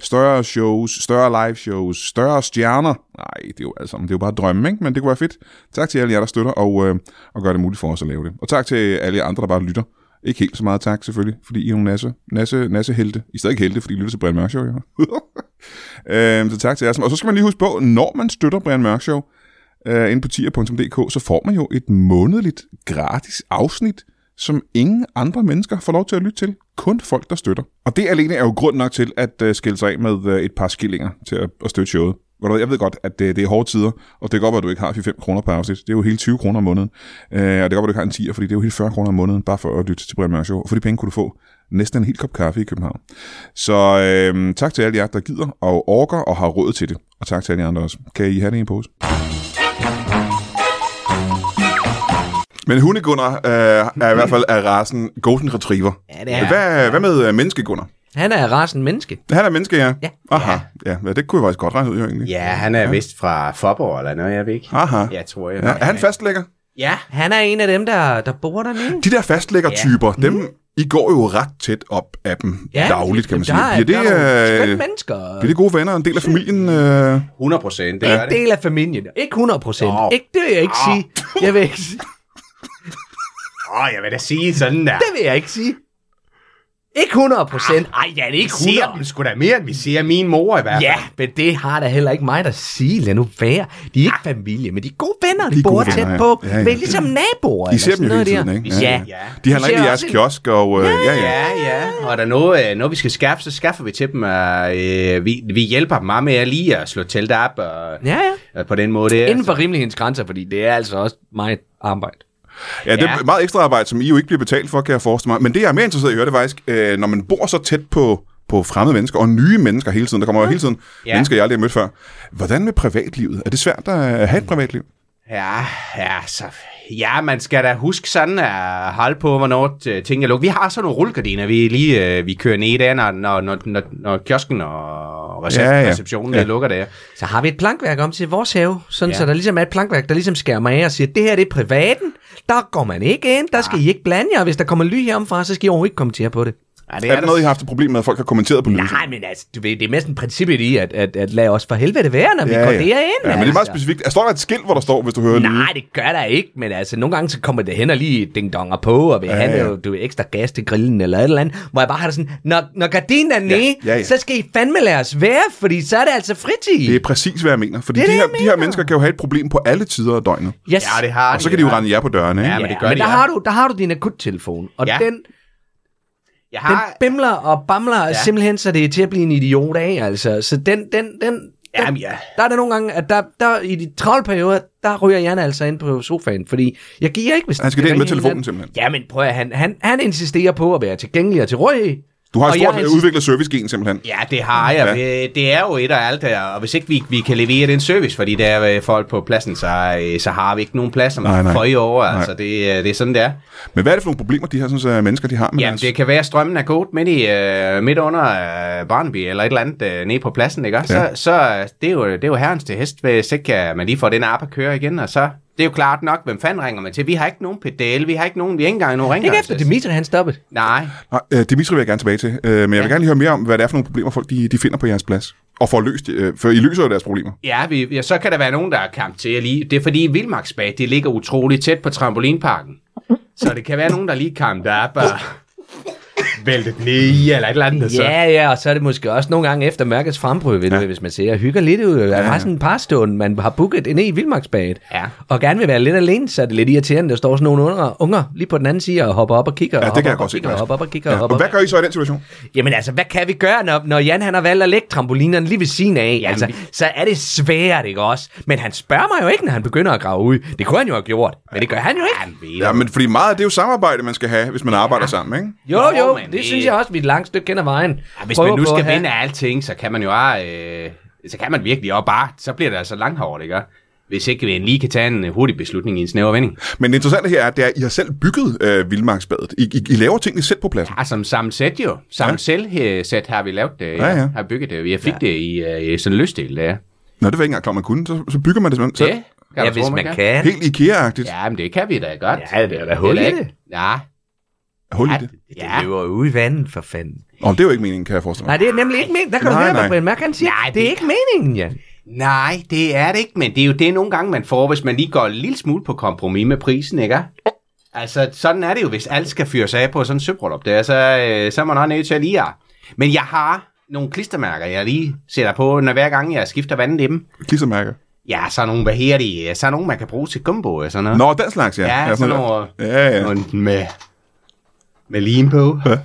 S1: Større shows, større live shows, større stjerner. Nej, det er jo alt sammen. Det er jo bare drømme, ikke? Men det kunne være fedt. Tak til alle jer, der støtter og, øh, og gør det muligt for os at lave det. Og tak til alle jer andre, der bare lytter. Ikke helt så meget tak, selvfølgelig, fordi I er nogle nasse, nasse, nasse helte. I er stadig helte, fordi I lytter til Brian Mørk Show, jo. øhm, så tak til jer. som- Og så skal man lige huske på, når man støtter Brian Mørk Show, øh, inde på tier.dk, så får man jo et månedligt gratis afsnit, som ingen andre mennesker får lov til at lytte til. Kun folk, der støtter. Og det alene er jo grund nok til at øh, skille sig af med øh, et par skillinger til at, at støtte showet. Ved du hvad, Jeg ved godt, at det, det er hårde tider, og det kan godt være, at du ikke har 5 kroner per afsnit. Det er jo hele 20 kroner om måneden. Øh, og det kan godt være, du ikke har en 10'er, fordi det er jo hele 40 kroner om måneden, bare for at lytte til Brian Mørk Show. Og for de penge kunne du få næsten en hel kop kaffe i København. Så øh, tak til alle jer, der gider og orker og har råd til det. Og tak til alle jer andre også. Kan I have det i en pose? Men hundegunder øh, er i hvert fald af rasen Golden Retriever.
S2: Ja, det er.
S1: Hvad, hvad med øh, menneskegunder?
S2: Han er af rasen menneske.
S1: Han er menneske, ja.
S2: Ja.
S1: Aha. Ja. ja, det kunne jeg faktisk godt regne ud, jo egentlig.
S3: Ja, han er vist fra Forborg eller noget, jeg ved ikke.
S1: Aha.
S3: Jeg tror, jeg
S1: Ja, er han fastlægger?
S3: Ja,
S2: Han er en af dem, der, der bor dernede.
S1: De der fastlæggertyper, ja. dem, I går jo ret tæt op af dem ja. dagligt, kan man sige.
S2: Der er,
S1: Bliver det,
S2: der er nogle skønne
S1: øh,
S2: mennesker.
S1: bliver det gode venner og en del af familien? Øh,
S3: 100 procent, det gør
S2: En
S3: det.
S2: del af familien. Ikke 100 procent.
S3: Nå.
S2: Ikke, det vil jeg ikke
S3: Nå.
S2: sige. Jeg vil ikke, sige-
S3: Åh, oh, jeg vil da sige sådan der.
S2: det vil jeg ikke sige. Ikke 100 procent. Ah, Ej, ja, det er
S3: Vi
S2: ikke 100.
S3: siger dem sgu da mere, end vi siger min mor i hvert fald.
S2: Ja, men det har da heller ikke mig, der siger. Lad nu være. De er ikke familie, men de er gode venner. Ah. De,
S1: er
S2: de bor
S1: gode
S2: tæt
S1: venner, ja.
S2: på.
S1: Ja,
S2: Ja,
S1: ja.
S2: ja. Men ligesom naboer.
S1: I
S2: eller
S1: ser
S2: sådan
S1: dem jo hele
S2: noget
S1: tiden,
S2: der.
S1: ikke?
S2: Ja.
S3: Ja.
S1: De handler
S2: Vi
S1: ind i
S2: ser
S1: jeres
S2: også en-
S1: kiosk, og øh, ja, ja.
S3: Ja, ja. Og er der noget, øh, noget vi skal skaffe, så skaffer vi til dem. Og, øh, vi, vi hjælper dem meget med at lige at slå telt op og,
S2: Ja, ja.
S3: og på den måde. Det, er,
S2: Inden for rimelighedens grænser, fordi det er altså også meget arbejde.
S1: Ja, det er
S3: Ja.
S1: meget ekstra arbejde, som I jo ikke bliver betalt for, kan jeg forestille mig. Men det, jeg er mere interesseret i at høre, det er faktisk, øh, når man bor så tæt på, på fremmede mennesker og nye mennesker hele tiden. Der
S2: Mm.
S1: kommer jo hele tiden ja.
S3: Ja.
S1: mennesker, jeg aldrig har mødt før. Hvordan med privatlivet? Er det svært at
S2: Mm.
S1: have et privatliv?
S3: Ja, ja, så, ja, man skal da huske sådan at holde på, hvornår øh, ting er lukket. Vi har sådan nogle rullegardiner, vi lige øh, vi kører ned der, når, når, når, når, når kiosken og recept,
S1: Ja,
S3: ja,
S1: ja.
S3: ja. receptionen
S1: Ja.
S3: ja. lukker der.
S2: Så har vi et plankværk om til vores have, sådan ja.
S3: Ja.
S2: så der ligesom er et plankværk, der ligesom skærmer af og siger, det her det er privaten, der går man ikke ind, der skal I ikke blande jer, og hvis der kommer ly heromfra, så skal I overhovedet ikke kommentere på det.
S3: Ja,
S1: Det er, er det
S3: der-
S1: noget, I har haft et problem med, at folk har kommenteret på lydelsen?
S2: Nej, men altså, du ved, det er mest en princippet i, at, at, at lad os for helvede være, når ja, vi går ja. derind.
S1: ja, men det er meget
S2: altså.
S1: specifikt. Er- Står der et skilt, hvor der står, hvis du hører lyde?
S2: Nej, det gør der ikke, men altså, nogle gange så kommer det hen og lige dingdonger på, og vil ja, have
S1: ja.
S2: noget, du ved, ekstra gas til grillen eller et eller andet, hvor jeg bare har det sådan, når, når gardinen er nede, ja, ja, ja. så skal I fandme lade os være, fordi så er det altså fritid.
S1: Det er præcis, hvad jeg mener. Fordi
S2: Det er
S1: de,
S2: det,
S1: her,
S2: jeg
S1: de her
S2: mener.
S1: mennesker kan jo have et problem på alle tider af døgnet.
S2: yes.
S3: Ja, det har
S1: Og så kan de jo
S3: har
S1: rende jer på dørene, ikke?
S3: Ja, men det gør
S2: men
S3: de,
S2: der,
S3: ja.
S2: har du, der har du din akuttelefon, og
S3: Ja.
S2: ja. den,
S3: Jeg
S2: den
S3: har...
S2: bimler og bamler ja.
S3: Ja.
S2: simpelthen, så det er til at blive en idiot af, altså. Så den, den, den,
S3: Jamen,
S2: den
S3: ja.
S2: der er det nogle gange, at der, der i de travle perioder, der ryger Jan altså ind på sofaen, fordi jeg giver ikke, hvis
S1: Han skal
S2: det
S1: derind med
S2: ringer
S1: telefonen,
S2: en eller anden-
S1: simpelthen.
S2: Jamen prøv at, han, han, han insisterer på at være tilgængelig og til rådighed.
S1: Du har
S2: Og
S1: et stort øh,
S2: jeg insisterer-
S1: udviklet servicegen, simpelthen.
S3: Ja, det har jeg. Ja. Det er jo et af alt, der- og hvis ikke vi, vi kan levere den service, fordi der er øh, folk på pladsen, så, øh, så har vi ikke nogen plads om
S1: Nej, nej.
S3: for i år. Altså,
S1: Nej.
S3: det, er- det er sådan, det er.
S1: Men hvad er det for nogle problemer, de her sådan, så, mennesker de har med
S3: Jamen,
S1: deres-
S3: det kan være, at strømmen er gået midt, i, øh, midt under øh, Barnaby eller et eller andet øh, nede på pladsen, ikke? også? Så,
S1: Ja.
S3: ja. så øh, det, er jo, det er jo herrens til hest, hvis ikke øh, man lige får den app at køre igen, og så... Det er jo klart nok, hvem fanden ringer man til? Vi har ikke nogen pedal, vi har ikke nogen, vi har ikke engang nogen ringer.
S2: Ikke efter Dimitri, han stoppede.
S3: Nej,
S1: Nej, øh, Dimitri vil jeg gerne tilbage til, øh, men jeg vil
S3: Ja.
S1: gerne lige høre mere om, hvad det er for nogle problemer, folk de, de finder på jeres plads. Og får løst, øh, for I løser jo deres problemer.
S3: Ja, vi, ja, så kan der være nogen, der er kamp til at lige... Det er fordi Vildmarksbad, det ligger utroligt tæt på trampolinparken. Så det kan være nogen, der lige kamp der op og vælte den ned i, eller et eller andet.
S1: Altså.
S3: Så.
S2: Ja, ja, og så er det måske også nogle gange efter mørkets frembrud, ved ja. hvis man siger, jeg hygger lidt ud. Der er sådan en parstående, man har booket en i Vildmarksbadet,
S3: Ja.
S2: og gerne vil være lidt alene, så er det lidt irriterende, der står sådan nogle unger, unger lige på den anden side og hopper op og kigger,
S1: Ja,
S2: og
S1: det kan
S2: hopper
S1: jeg
S2: op
S1: godt
S2: og
S1: se.
S2: kigger, og
S1: faktisk.
S2: hopper op og kigger, og hopper
S1: og
S2: op.
S1: hvad gør I så i den situation?
S2: Jamen altså, hvad kan vi gøre, når, når Jan han har valgt at lægge trampolinerne lige ved siden af? Jamen, altså,
S3: vi-
S2: så er det svært, ikke også? Men han spørger mig jo ikke, når han begynder at grave ud. Det kunne han jo have gjort, men det gør han jo ikke.
S1: Ja, men fordi meget af det er jo samarbejde, man skal have, hvis man arbejder sammen, ikke?
S2: Jo,
S3: Nå,
S2: jo,
S3: men
S2: det
S3: det-
S2: synes jeg også, vi er et langt stykke hen ad vejen.
S3: Ja, hvis
S2: Prøver
S3: man nu
S2: på at
S3: skal
S2: have-
S3: vinde af alting, så kan man jo... Øh, så kan man virkelig også bare... Så bliver det altså langhårdt, ikke? Hvis ikke man lige kan tage en øh, hurtig beslutning i en snæver vending.
S1: Men det interessante her er, at det er, at I har selv bygget øh, Vildmarksbadet. I, I, I laver tingene selv på pladsen.
S3: Ja, som samme sæt jo. Samme
S1: Ja.
S3: ja. selvsæt har vi lavet det.
S1: Ja, ja.
S3: Har bygget det. Jeg fik ja. det i, øh, i sådan en løsdel,
S1: Nå,
S3: der.
S1: det var jeg ikke engang klar, man kunne. Så, så bygger man det simpelthen selv.
S3: Det kan
S2: Ja,
S3: du
S2: hvis
S3: tro,
S2: man kan.
S1: Helt IKEA-agtigt. Ja.
S3: Ja, men det kan vi da godt.
S2: Ja, det er da hul i
S3: Eller ikke?
S2: det.
S3: Ja,
S1: Hul i det.
S2: Det løber jo ud i vandet, for fanden.
S1: Nå, det er jo ikke meningen, kan jeg forestille mig.
S2: Nej, det er nemlig ikke meningen. Der kan
S1: Nej,
S2: du høre,
S1: nej.
S2: hvad Brian Mærk han siger.
S3: Nej,
S2: det er
S3: det-
S2: ikke meningen, Jan.
S3: Nej, det er det ikke, men det er jo det nogle gange, man får, hvis man lige går en lille smule på kompromis med prisen, ikke? Altså, sådan er det jo, hvis alt skal fyres af på sådan en søbrøllup der, så, øh, så er man også nødt til at lige at- Men jeg har nogle klistermærker, jeg lige sætter på, når hver gang jeg skifter vandet i dem.
S1: Klistermærker.
S3: Ja, så er nogle, hvad her de, så er nogle, man kan bruge til gumbo og sådan noget.
S1: Nå, den slags, ja.
S3: Ja, sådan noget.
S1: Ja, ja.
S3: Og med, med lim på.
S1: Ja.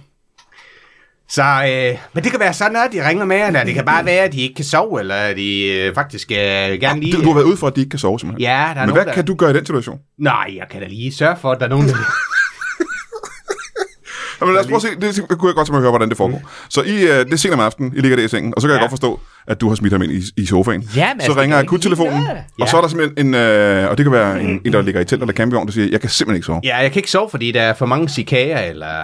S3: Så, øh, men det kan være sådan, at de ringer med, eller det kan bare være, at de ikke kan sove, eller at de øh, faktisk øh, gerne lige...
S1: Du har været ude for, at de ikke kan sove, simpelthen.
S3: Ja, der er
S1: Men
S3: nogen,
S1: hvad
S3: der...
S1: kan du gøre i den situation?
S3: Nej, jeg kan da lige sørge for, at der er nogen, der...
S1: Jamen, lad os prøve at se. Det kunne jeg godt tænke mig at høre, hvordan det foregår. Så I, øh, det er sent om aftenen, I ligger der i sengen, og så kan ja. jeg
S3: Ja.
S1: godt forstå, at du har smidt ham ind i, i sofaen.
S2: Ja, men
S1: så
S2: altså,
S1: ringer
S2: det kan
S1: akuttelefonen,
S2: ikke være.
S1: og
S3: Ja.
S1: så er der simpelthen en, øh, og det kan være en, en der ligger i telt eller campingvogn, der siger, jeg kan simpelthen ikke sove.
S3: ja, jeg kan ikke sove, fordi der er for mange cikader, eller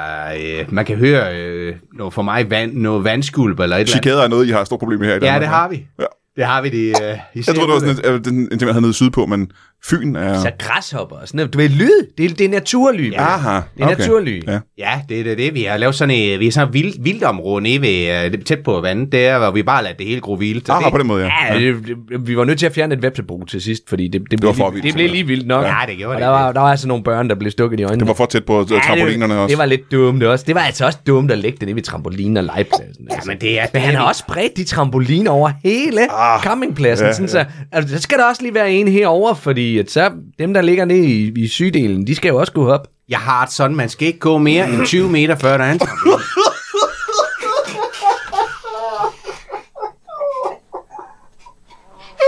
S3: øh, man kan høre øh, noget for mig vand, noget vandskulp, eller et eller andet.
S1: Cikader er noget, I har et stort problem med her i Danmark.
S3: Ja, det har vi.
S1: Ja.
S3: Det har vi det øh, i
S1: Jeg tror, det var sådan en, øh, den- en ting, man havde nede sydpå, men Fyn er...
S2: Så græshopper og sådan noget. Du ved, lyd. Det er, det er naturlyd.
S3: Ja.
S1: Aha,
S2: Det er naturlyd.
S1: Ja.
S3: Ja, det er det, det. Vi har lavet sådan et, vi er sådan et vildt, vildt område nede ved, øh, lidt tæt på vandet, der, hvor vi bare lader det hele gro vildt.
S1: Aha,
S3: det,
S1: på den måde, ja.
S2: Ja, det, det, vi var nødt til at fjerne et vepsebo til sidst, fordi det, det, blev,
S1: var for
S2: lige-
S1: vildt,
S2: det blev lige vildt nok.
S3: Ja, det gjorde
S2: og
S3: det.
S2: der var, der var altså nogle børn, der blev stukket i øjnene.
S1: Det var for tæt på øh, trampolinerne
S2: det,
S1: også.
S2: det var lidt dumt også. Det var altså også dumt at lægge det nede ved trampolinen og legepladsen. Altså.
S3: men det er-
S2: men han har også spredt de trampoliner over hele ah, campingpladsen.
S1: ja,
S2: Ja, sådan, så, altså, så skal der også lige være en herover, fordi at så, dem, der ligger nede i, i sygdelen, de skal jo også gå op.
S3: Jeg har det sådan, man skal ikke gå mere end 20 meter før der er en trampolin.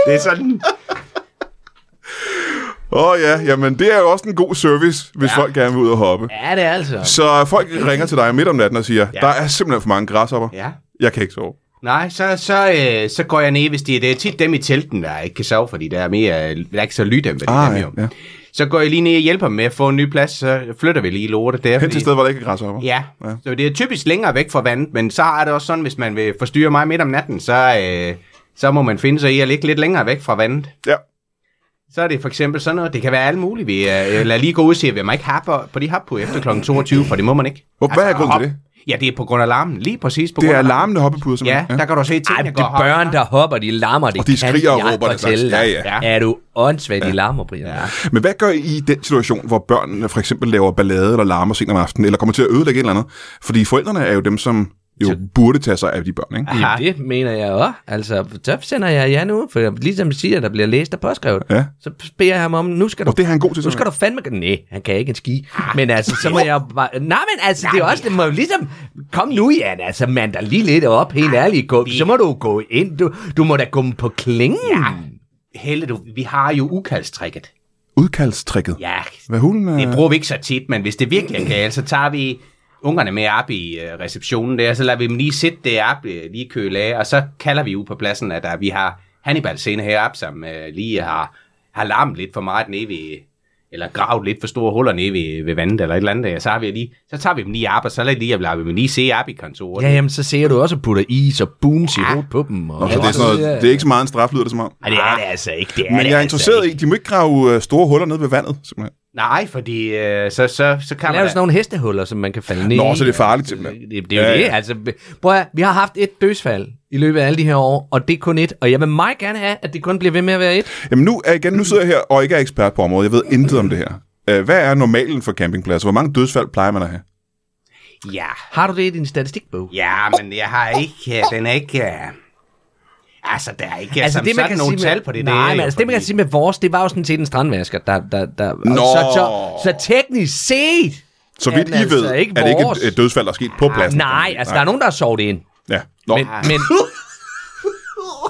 S3: Det er sådan...
S1: Åh oh, ja, jamen det er jo også en god service, hvis ja. folk gerne vil ud og hoppe.
S2: Ja, det er altså.
S1: Så folk ringer til dig midt om natten og siger, ja.
S3: Ja.
S1: der er simpelthen for mange græshopper.
S3: Ja.
S1: Jeg kan ikke sove.
S3: Nej, så, så, øh, så går jeg ned, hvis det, det er tit dem i telten, der ikke kan sove, fordi der er, mere, øh, der er ikke så lyddæmpet.
S1: Ah,
S3: Ah, dem,
S1: ja,
S3: jo.
S1: ja.
S3: Ja. Så går jeg lige ned og hjælper dem med at få en ny plads, så flytter vi lige lortet der.
S1: Hen til et sted, hvor der ikke er græshopper.
S3: Ja,
S1: Ja.
S3: ja, så det er typisk længere væk fra vandet, men så er det også sådan, hvis man vil forstyrre mig midt om natten, så, øh, så må man finde sig i at ligge lidt længere væk fra vandet.
S1: ja.
S3: Så er det for eksempel sådan noget. Det kan være alt muligt. Vi, øh, lad lige gå ud og se, at man ikke happer på de happer efter kl. 22, for det må man ikke. Altså,
S1: Hvor- hvad er grunden til
S3: hop- Ja, det er på grund af larmen. Lige præcis på
S1: Det
S3: grund
S1: er
S3: af
S1: larmende hoppepuder,
S3: Ja,
S1: simpelthen.
S3: der kan du se ting,
S2: Ej,
S3: der
S2: det
S3: går
S2: er børn, der hopper, de larmer, det
S1: Og de
S2: kan
S1: skriger og
S2: jeg
S1: råber den slags.
S2: fortælle dig.
S1: Ja,
S3: ja.
S2: Er du åndssvagt, de larmer, Brian? Ja.
S1: Men hvad gør I i den situation, hvor børnene for eksempel laver ballade eller larmer sent om aftenen, eller kommer til at ødelægge et eller andet? Fordi forældrene er jo dem, som jo burde tage sig af de børn, ikke?
S3: Aha.
S2: Det mener jeg også. Altså, så sender jeg jer nu, for jeg ligesom siger, der bliver læst og påskrevet.
S1: Ja.
S2: Så beder jeg ham om, nu skal du
S1: Og det er han god til,
S2: Nu skal du fandme... Nej, han kan ikke en ski. Men altså, så må jeg jo bare... Nej, men altså, det er også... Det må jo ligesom... Kom nu, Jan, altså, mand, der lige lidt op, helt ærligt. Gå, så må du jo gå ind. Du, du må da gå på klingen. Ja.
S3: Helle, du, vi har jo ukaldstrikket.
S1: Udkaldstrikket.
S3: Ja,
S1: Hvad hulen er...
S3: det bruger vi ikke så tit, men hvis det virkelig er galt, så tager vi ungerne med op i øh, receptionen der, så lader vi dem lige sidde deroppe, øh, lige køle af, og så kalder vi ud på pladsen, at øh, vi har Hannibal scene heroppe, som øh, lige har, har larmet lidt for meget nede ved, eller gravet lidt for store huller nede ved, ved vandet, eller et eller andet, der. så, har vi lige, så tager vi dem lige op, og så lader, lige, lader vi dem lige se op i kontoret.
S2: Ja, jamen, så ser du også at putte is og booms i hovedet på dem. Og
S1: Nå, så Altså, det er, sådan noget, det er ikke så meget en straf, lyder det som om.
S2: Nej, det er det altså ikke. Det er
S1: Ah. Men
S2: det
S1: jeg er
S2: altså
S1: interesseret
S2: ikke.
S1: i, de må ikke grave øh, store huller ned ved vandet, simpelthen.
S3: Nej, fordi øh, så, så, så kan
S2: Der
S3: man...
S2: er jo
S3: da-
S2: sådan nogle hestehuller, som man kan falde ned
S1: Nå,
S2: i.
S1: så det er farligt, simpelthen.
S2: Det, det er jo
S1: Ja,
S2: ja, det,
S1: ja.
S2: altså. Prøv at, høre, vi har haft et dødsfald i løbet af alle de her år, og det er kun et. Og jeg vil meget gerne have, at det kun bliver ved med at være et.
S1: Jamen nu, er igen, nu sidder jeg her og ikke er ekspert på området. Jeg ved intet om det her. Øh, Hvad er normalen for campingpladser? Hvor mange dødsfald plejer man at have?
S3: Ja,
S2: Har du det i din statistikbog?
S3: Ja, men jeg har ikke, øh, den er ikke... øh, Altså, der er ikke altså, som det, man sådan kan nogle
S2: med-
S3: tal på det.
S2: Nej,
S3: der,
S2: men altså, det man kan sige med vores, det var jo sådan set en strandvasker, der... der, der
S1: Nå.
S2: Så, så, så teknisk set...
S1: Så
S2: er
S1: vidt
S2: den
S1: I ved,
S2: altså ikke
S1: er det ikke
S2: vores.
S1: et, et dødsfald, der er sket på pladsen.
S2: Nej, altså der er nogen, der har sovet ind.
S1: Ja. Nå,
S2: Men, men,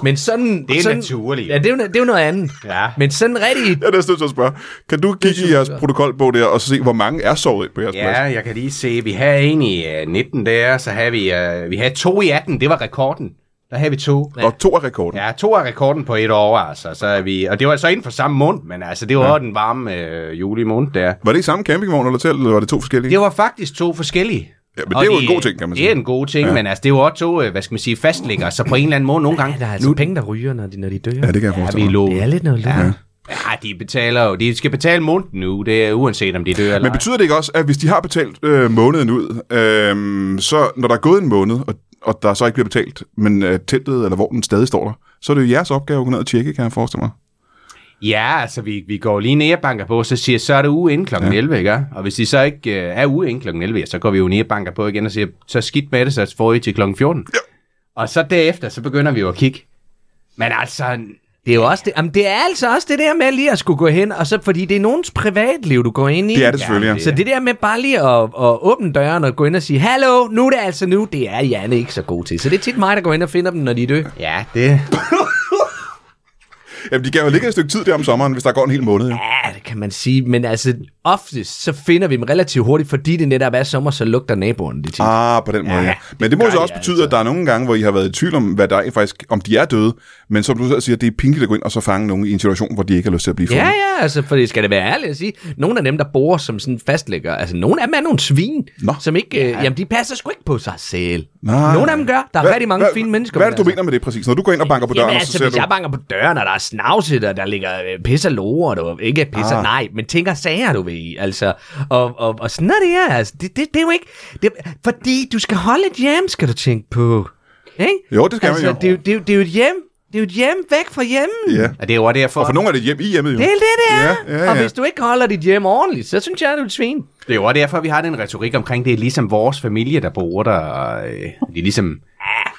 S2: men sådan...
S3: Det er
S2: sådan,
S3: naturligt.
S2: Ja, det er, jo- det er jo noget andet.
S3: Ja.
S2: Men sådan rigtig...
S1: jeg er næsten nødt til at spørge. Kan du kigge i jeres protokolbog der, og så se, hvor mange er sovet ind på jeres plads?
S3: Ja, jeg kan lige se, vi har en i øh, 19 der, så har vi, øh, vi har to i 18, det var rekorden. Der har vi to.
S1: Og to er rekorden.
S3: Ja, to er rekorden på et år, altså. Så er vi, og det var så inden for samme måned, men altså, det var ja. den varme øh, juli måned der.
S1: Var det i samme campingvogn eller telt, eller var det to forskellige?
S3: Det var faktisk to forskellige.
S1: Ja, men
S3: Og
S1: det er jo en god ting, kan man
S3: Det
S1: sige.
S3: er en god ting, ja. men altså, det er jo også to, øh, hvad skal man sige, fastlægger, så på en eller anden måde nogle gange.
S2: Ja, der er altså nu, penge, der ryger, når de, når de dør.
S1: Ja, det kan jeg
S3: Ja,
S1: forestille
S3: vi
S1: mig.
S3: lå
S2: det er lidt noget lort.
S3: Ja. ja, de betaler jo. De skal betale måneden nu, det er uanset om de dør eller
S1: Men betyder det ikke også, at hvis de har betalt øh, måneden ud, øh, så når der er gået en måned, og, og der så ikke bliver betalt, men øh, teltet eller vognen stadig står der, så er det jo jeres opgave at gå ned og tjekke, kan jeg forestille mig.
S3: ej. Ja, altså vi, vi går lige ned og banker på, så siger så er det uge inden kl. Ja. 11, ikke? Og hvis de så ikke øh, er uge inden kl. 11, ja, så går vi jo ned og banker på igen og siger, så skidt med det, så får I til kl. 14. Ja. Og så derefter, så begynder vi jo at kigge. Men altså,
S2: Det er jo også det, jamen, det er altså også det der med lige at skulle gå hen, og så fordi det er nogens privatliv, du går ind i.
S1: Det er det selvfølgelig, ja.
S2: Så det der med bare lige at, at åbne døren og gå ind og sige, hallo, nu er det altså nu, det er Janne ikke så god til. Så det er tit mig, der går ind og finder dem, når de er døde.
S3: ja, det...
S1: Jamen, de kan jo ligge et stykke tid der om sommeren, hvis der går en hel måned. Jo.
S2: Ja, det kan man sige, men altså oftest, så finder vi dem relativt hurtigt, fordi det netop er sommer, så lugter naboerne det tit.
S1: Ah, på den måde, ja. ja. Men det må
S2: gør
S1: så
S2: de
S1: også betyde, altså. at der er nogle gange, hvor I har været i tvivl om, hvad der er faktisk, om de er døde, men som du selv siger, det er pinligt at gå ind og så fange nogen i en situation, hvor de ikke har lyst til at blive
S2: Ja,
S1: fundet.
S2: ja, altså, for det skal det være ærligt at sige. Nogle af dem, der bor som sådan fastlægger, altså nogle af dem er nogle svin,
S1: Nå.
S2: som ikke, øh, jamen de passer sgu ikke på sig selv.
S1: Nej.
S2: Nogle af dem gør. Der er rigtig mange fine mennesker.
S1: Hvad er
S2: men
S1: det, du
S2: altså-
S1: mener med det præcis? Når du går ind og banker på døren,
S2: Jamen
S1: og så
S2: altså,
S1: ser
S2: hvis
S1: du...
S2: jeg banker på døren, og der er snavset, og der ligger øh, pis og lover, du ikke pisser,
S1: Ah.
S2: ah. nej, men tænker sager, du ved, i, altså, og, og, og sådan er det her, altså, det, det, det er jo ikke, det, fordi du skal holde et hjem, skal du tænke på, ikke?
S1: Jo, det skal man
S2: altså,
S1: jo.
S2: Det, er jo- det, er jo- det er jo et hjem, det er jo et hjem væk fra hjemmen,
S1: Ja.
S3: Og det er jo også derfor...
S1: Og for nogle er det hjem i hjemmet, jo.
S2: det er det, det er,
S1: Ja, ja,
S2: og
S1: ja.
S2: hvis du ikke holder dit hjem ordentligt, så synes jeg, du er et svin.
S3: Det er jo også derfor, vi har den retorik omkring, det er ligesom vores familie, der bor der, og øh, det er ligesom... Ah.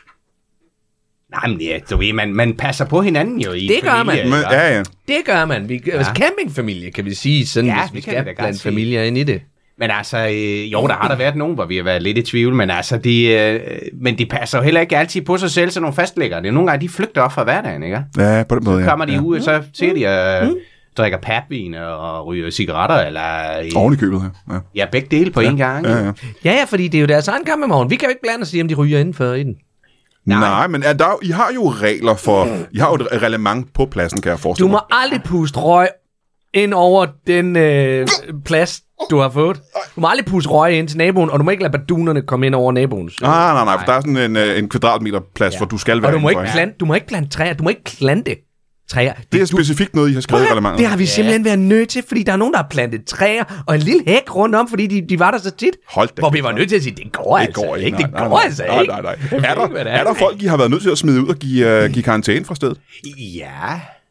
S3: Nej, men ja, du ved, man, man passer på hinanden jo i
S2: Det
S3: en
S2: gør man.
S3: familie,
S1: Men,
S3: ikke?
S1: ja, ja.
S2: Det gør man, vi, ja. hvis campingfamilie, kan vi sige, sådan,
S3: Ja,
S2: ja, hvis
S3: det
S2: vi
S3: kan vi da
S2: skal
S3: godt
S2: blande
S3: sige.
S2: familier ind i det.
S3: Men altså, øh, jo, der har der været nogen, hvor vi har været lidt i tvivl, men altså, de, øh, men de passer jo heller ikke altid på sig selv, så nogle fastlæggere. Det er nogle gange, de flygter op fra hverdagen, ikke?
S1: Ja, på den måde, ja.
S3: Kommer de
S1: ja. Mm.
S3: ud, så ser de øh, drikker papvin og ryger cigaretter, eller øh,
S1: Oven i købet, her. Ja.
S3: ja, begge dele på én gang.
S1: Ja,
S3: ikke?
S1: ja.
S2: Ja, ja, fordi det er jo deres egen kamp i morgen. Vi kan jo ikke blande os i, om de ryger indenfor i den.
S1: Nej. Nej, men er der, I har jo regler for... I har jo et reglement på pladsen, kan jeg
S2: Du
S1: forestille
S2: må
S1: mig.
S2: aldrig puste røg ind over den øh, plads, du har fået. Du må aldrig puste røg ind til naboen, og du må ikke lade badunerne komme ind over naboens.
S1: Ah, nej, nej, for der er sådan en, øh, en kvadratmeter plads, ja. hvor du skal være
S2: Og du må ikke
S1: indenfor,
S2: plante, du må ikke plante træer, du må ikke plante træer.
S1: Det er specifikt noget, I har skrevet i
S2: Prøv, at-
S1: reglementet.
S2: det har vi simpelthen været nødt til, fordi der er nogen, der har plantet træer og en lille hæk rundt om, fordi de, de var der så tit.
S1: Hold da
S2: Hvor
S1: kæft,
S2: vi var nødt til at sige, det går
S1: det
S2: altså
S1: går
S2: ikke.
S1: ikke.
S2: Det
S1: nej, nej,
S2: går
S1: nej.
S2: altså
S1: nej,
S2: ikke.
S1: nej, nej.
S2: Jeg ved
S1: Er,
S2: ikke,
S1: der,
S2: hvad det Mm.
S1: er der folk, I har været nødt til at smide ud og give, uh, give karantæne fra stedet?
S3: Ja,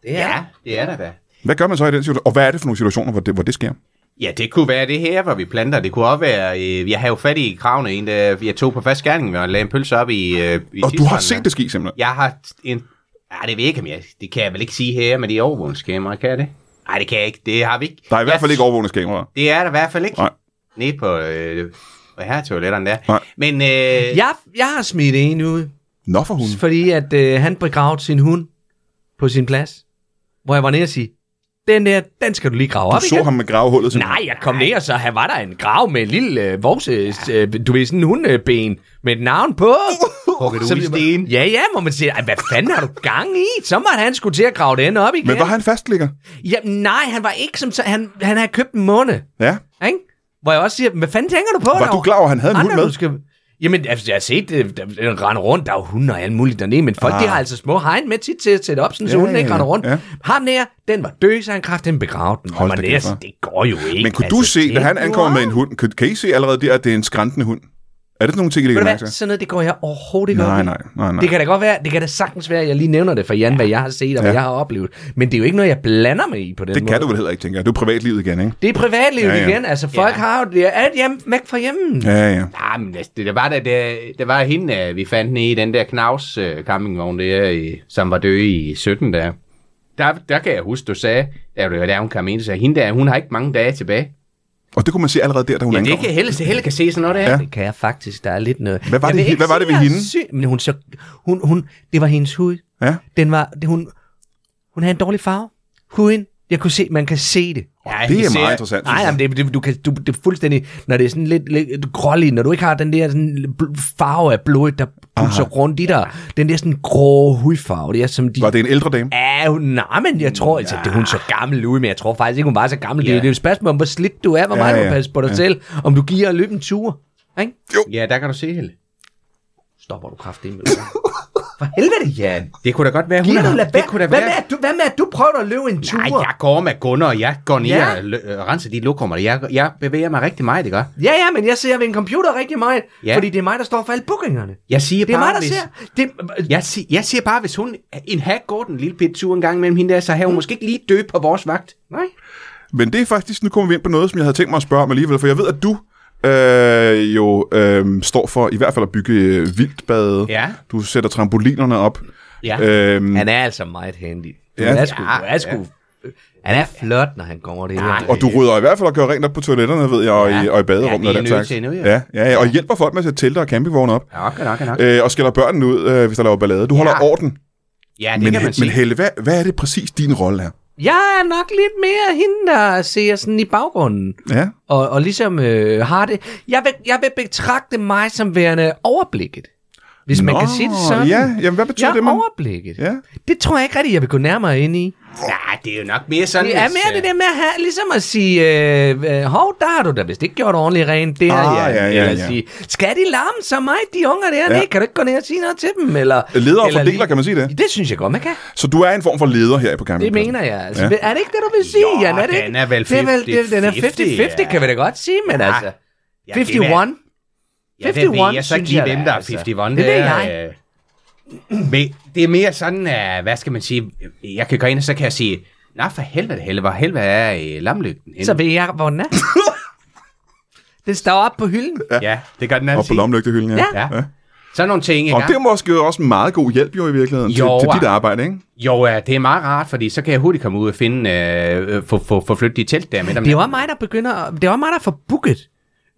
S2: Det er
S3: ja, det er der da.
S1: Hvad gør man så i den situation? Og hvad er det for nogle situationer, hvor det, hvor det sker?
S3: Ja, det kunne være det her, hvor vi planter. Det kunne også være, øh, jeg havde jo fat i kravene, en der, jeg tog på fast gerning, og lagde en pølse op i, øh, i
S1: Og du har
S3: tidsranden.
S1: set det ske simpelthen?
S3: Jeg har en... Ej, det ved jeg ikke, om jeg... Det kan jeg vel ikke sige her med de overvågningskameraer, kan jeg det? Nej, det kan jeg ikke. Det har vi ikke.
S1: Der er i hvert fald
S3: Jeg-
S1: ikke overvågningskameraer.
S3: Det er der i hvert fald ikke.
S1: Nej.
S3: Nede på... Øh, og her er toiletterne der.
S1: Nej.
S3: Men... Øh,
S2: Jeg, jeg har smidt en ud,
S1: Nå for hunden.
S2: fordi at øh, han begravede sin hund på sin plads, hvor jeg var nede og sige, den der, den skal du lige grave op
S1: Du så
S2: igen.
S1: ham med gravehullet. simpelthen.
S2: Nej, jeg kom ned, og så her var der en grav med en lille øh, vovse, øh, du ved, sådan en hundeben med et navn på.
S3: Hugget ud i
S2: vi-
S3: sten.
S2: Ja, ja, må man sige. Ej, hvad fanden har du gang i? Så måtte han skulle til at grave den op igen.
S1: Men var han fastligger?
S2: Ja, nej, han var ikke som så, han, han havde købt en måne,
S1: Ja.
S2: ikke? Hvor jeg også siger, hvad fanden tænker du på?
S1: Var du klar over, at han havde en hund
S2: Andre,
S1: med?
S2: du skal... Jamen, altså, jeg har set det, der- den rende rundt, der er jo hunde og alt muligt dernede, men folk,
S1: Ah.
S2: ah. de har altså små hegn med tit til at sætte op, sådan, så
S1: Ja,
S2: hunden ikke
S1: ja,
S2: render rundt.
S1: ja.
S2: Ja. Ham der, den var død, så han kraft, den begravede den.
S1: Hold
S2: Man
S1: da
S2: er
S1: kæft,
S2: sådan, det går jo ikke. altså,
S1: Men kunne du se, da han
S2: det
S1: ankommer
S2: går-
S1: med en hund, kan, kan I se allerede der, at det er en skræntende hund? Er det sådan nogle ting, I
S2: Ved
S1: lægger
S2: du
S1: mærke
S2: hvad,
S1: til?
S2: sådan noget, det går jeg overhovedet ikke op
S1: Nej,
S2: i.
S1: nej, nej, nej.
S2: Det kan da godt være, det kan da sagtens være, at jeg lige nævner det for Jan, hvad jeg har set og hvad
S1: Ja.
S2: jeg har oplevet. Men det er jo ikke noget, jeg blander mig i på den
S1: Det
S2: måde.
S1: kan du vel heller ikke, tænker jeg. Det er jo privatlivet igen, ikke?
S2: Det er privatlivet
S1: Ja,
S2: ja,
S1: ja.
S2: ja. igen. Altså, folk
S3: Ja.
S2: ja. har jo det er alt hjemme, væk fra hjemmen. Ja.
S1: Ja, ja.
S3: Nej, men altså, det, det var da, det, det var hende, øh, vi fandt nede i den der Knaus øh, campingvogn der, øh, som var død i 17 der. Der, der kan jeg huske, du sagde, da, du- da hun kom ind, så sagde, hende der, hun har ikke mange dage tilbage.
S1: Og det kunne man se allerede der, da hun
S3: Ja, det
S1: ankommer.
S3: kan Helle, Helle kan se sådan noget der.
S1: Ja.
S3: Ja.
S2: Det kan jeg faktisk, der er lidt noget.
S1: Hvad var
S2: Jeg
S1: det-
S2: vil ikke
S1: hvad var det
S2: sige,
S1: ved
S2: jeg er
S1: hende?
S2: Syg, men hun så, hun, hun, det var hendes hud.
S1: Ja.
S2: Den var, det, hun, hun havde en dårlig farve. Huden, jeg kunne se, man kan se det.
S3: Ja,
S1: Det er
S3: ser-
S1: meget interessant.
S2: Nej,
S1: synes jeg.
S2: jamen, det, det, du kan, du, det er fuldstændig, når det er sådan lidt, lidt grålig, når du ikke har den der sådan, bl- farve af blodet, der pulser rundt i dig, den der sådan grå hudfarve, det er som de
S1: Var det en ældre dame?
S2: Ja, hun, nej, men jeg tror, altså, det, hun så gammel ud, men jeg tror faktisk ikke, hun var så gammel. Det, er-
S3: Ja.
S2: det er jo et spørgsmål om, hvor slidt du er, hvor
S1: Ja,
S2: meget du
S1: ja.
S2: passer på dig
S1: Ja.
S2: selv, om du giver at løbe en tur. Ikke?
S3: Ja, der kan du se, Helle.
S2: Stopper du kraftigt med det? For helvede, Jan.
S3: Det kunne da godt være, hun
S2: Giver
S3: har-
S2: du lad
S3: Det kunne da
S2: være. Hvad
S3: være.
S2: med, at du, hvad med, at du prøver at løbe en tur?
S3: Nej, jeg går med Gunnar, og jeg går ned
S2: Ja.
S3: ja. og lø- øh, renser de lokummer. Jeg, jeg bevæger mig rigtig meget, det gør.
S2: Ja, ja, men jeg ser ved en computer rigtig meget,
S3: Ja.
S2: fordi det er mig, der står for alle bookingerne.
S3: Jeg siger
S2: Det er
S3: bare,
S2: mig, der
S3: hvis,
S2: ser. Det,
S3: Jeg, sig, jeg siger bare, hvis hun en hat går den lille bitte tur en gang mellem hende der, så har
S2: Mm.
S3: hun måske ikke lige dø på vores vagt.
S2: nej.
S1: Men det er faktisk, nu kommer vi ind på noget, som jeg havde tænkt mig at spørge om alligevel, for jeg ved, at du øh, jo øh, står for i hvert fald at bygge øh, vildtbade.
S3: Ja.
S1: Du sætter trampolinerne op.
S3: Ja.
S1: Øhm,
S2: Han er altså meget handy. Du
S1: Ja.
S2: er sgu,
S3: Ja,
S2: du er sgu, Han er flot, når han kommer det her.
S1: og du rydder i hvert fald og gør rent op på toiletterne, ved jeg, og, i,
S3: Ja.
S1: og i baderummet
S3: Ja,
S1: og
S3: det er
S1: den
S3: I nødt
S1: slags.
S3: til nu, jo.
S1: ja, ja, ja, og hjælper folk med at sætte telte og campingvogne op.
S3: Nok, er nok, er nok.
S1: Øh, og skælder børnene ud, øh, hvis der laver ballade. Du holder orden.
S3: Ja, det
S1: Men,
S3: kan man
S1: men
S3: sige.
S1: Helle, hvad, hvad er det præcis din rolle er?
S2: Jeg er nok lidt mere hende, der ser sådan i baggrunden.
S1: Ja.
S2: og, og ligesom øh, har det. Jeg vil, jeg vil betragte mig som værende overblikket. Hvis man
S1: Nå,
S2: kan sige det sådan.
S1: Ja, jamen hvad betyder
S2: jeg
S1: det,
S2: er
S1: man?
S2: overblikket.
S1: Ja.
S2: Det tror jeg ikke rigtig, jeg vil gå nærmere ind i.
S3: Nej, det er jo nok mere sådan.
S2: Det er
S3: hvis,
S2: mere
S3: øh,
S2: det der med at have, ligesom at sige, øh, øh, hov, der har du da vist ikke gjort ordentligt rent der.
S1: Ah, ja, ja,
S2: eller
S1: ja.
S2: sige, skal de larme så meget, de unger der?
S1: Ja.
S2: Ja. Kan du ikke gå ned og sige noget til dem? Eller,
S1: Leder og
S2: eller
S1: fordeler, kan man sige det?
S2: lige- Det synes jeg godt, man kan.
S1: Så du er en form for leder her på
S2: Det
S1: campingpladsen?
S2: mener jeg. Altså,
S1: Ja.
S2: ja. Er det ikke det, du vil sige,
S3: Jo,
S2: Jan? Er det
S3: den
S2: ikke?
S3: er vel
S2: Det det, den er
S3: 50-50,
S2: 50-50,
S3: ja.
S2: kan vi da godt sige, men
S3: Ja.
S2: altså...
S3: Ja, det er-
S2: 51.
S3: Ja, det
S2: 51,
S3: ved jeg så ikke
S2: synes
S3: lige,
S2: jeg da,
S3: hvem der er
S2: altså.
S3: 51.
S2: Det ved
S3: er,
S2: jeg.
S3: øh, Men det er mere sådan, uh, hvad skal man sige, jeg kan gå ind, og så kan jeg sige, Nå for helvede, Helle, hvor helvede er uh, lamlygten henne?
S2: Så ved jeg, hvor den er. den står op på hylden.
S3: Ja, det gør den anden
S1: Og på
S3: sige.
S1: lommelygtehylden, ja.
S2: Ja.
S3: Ja. Sådan nogle ting, ikke?
S1: Og det er måske også en meget god hjælp jo i virkeligheden
S3: Jo,
S1: til, til
S3: ah.
S1: dit arbejde, ikke?
S3: Jo, ja, det er meget rart, fordi så kan jeg hurtigt komme ud og finde, øh, øh, få, få, få flyttet de telt der med dem.
S2: Det er også mig, der begynder... at- Det er også mig, der får booket.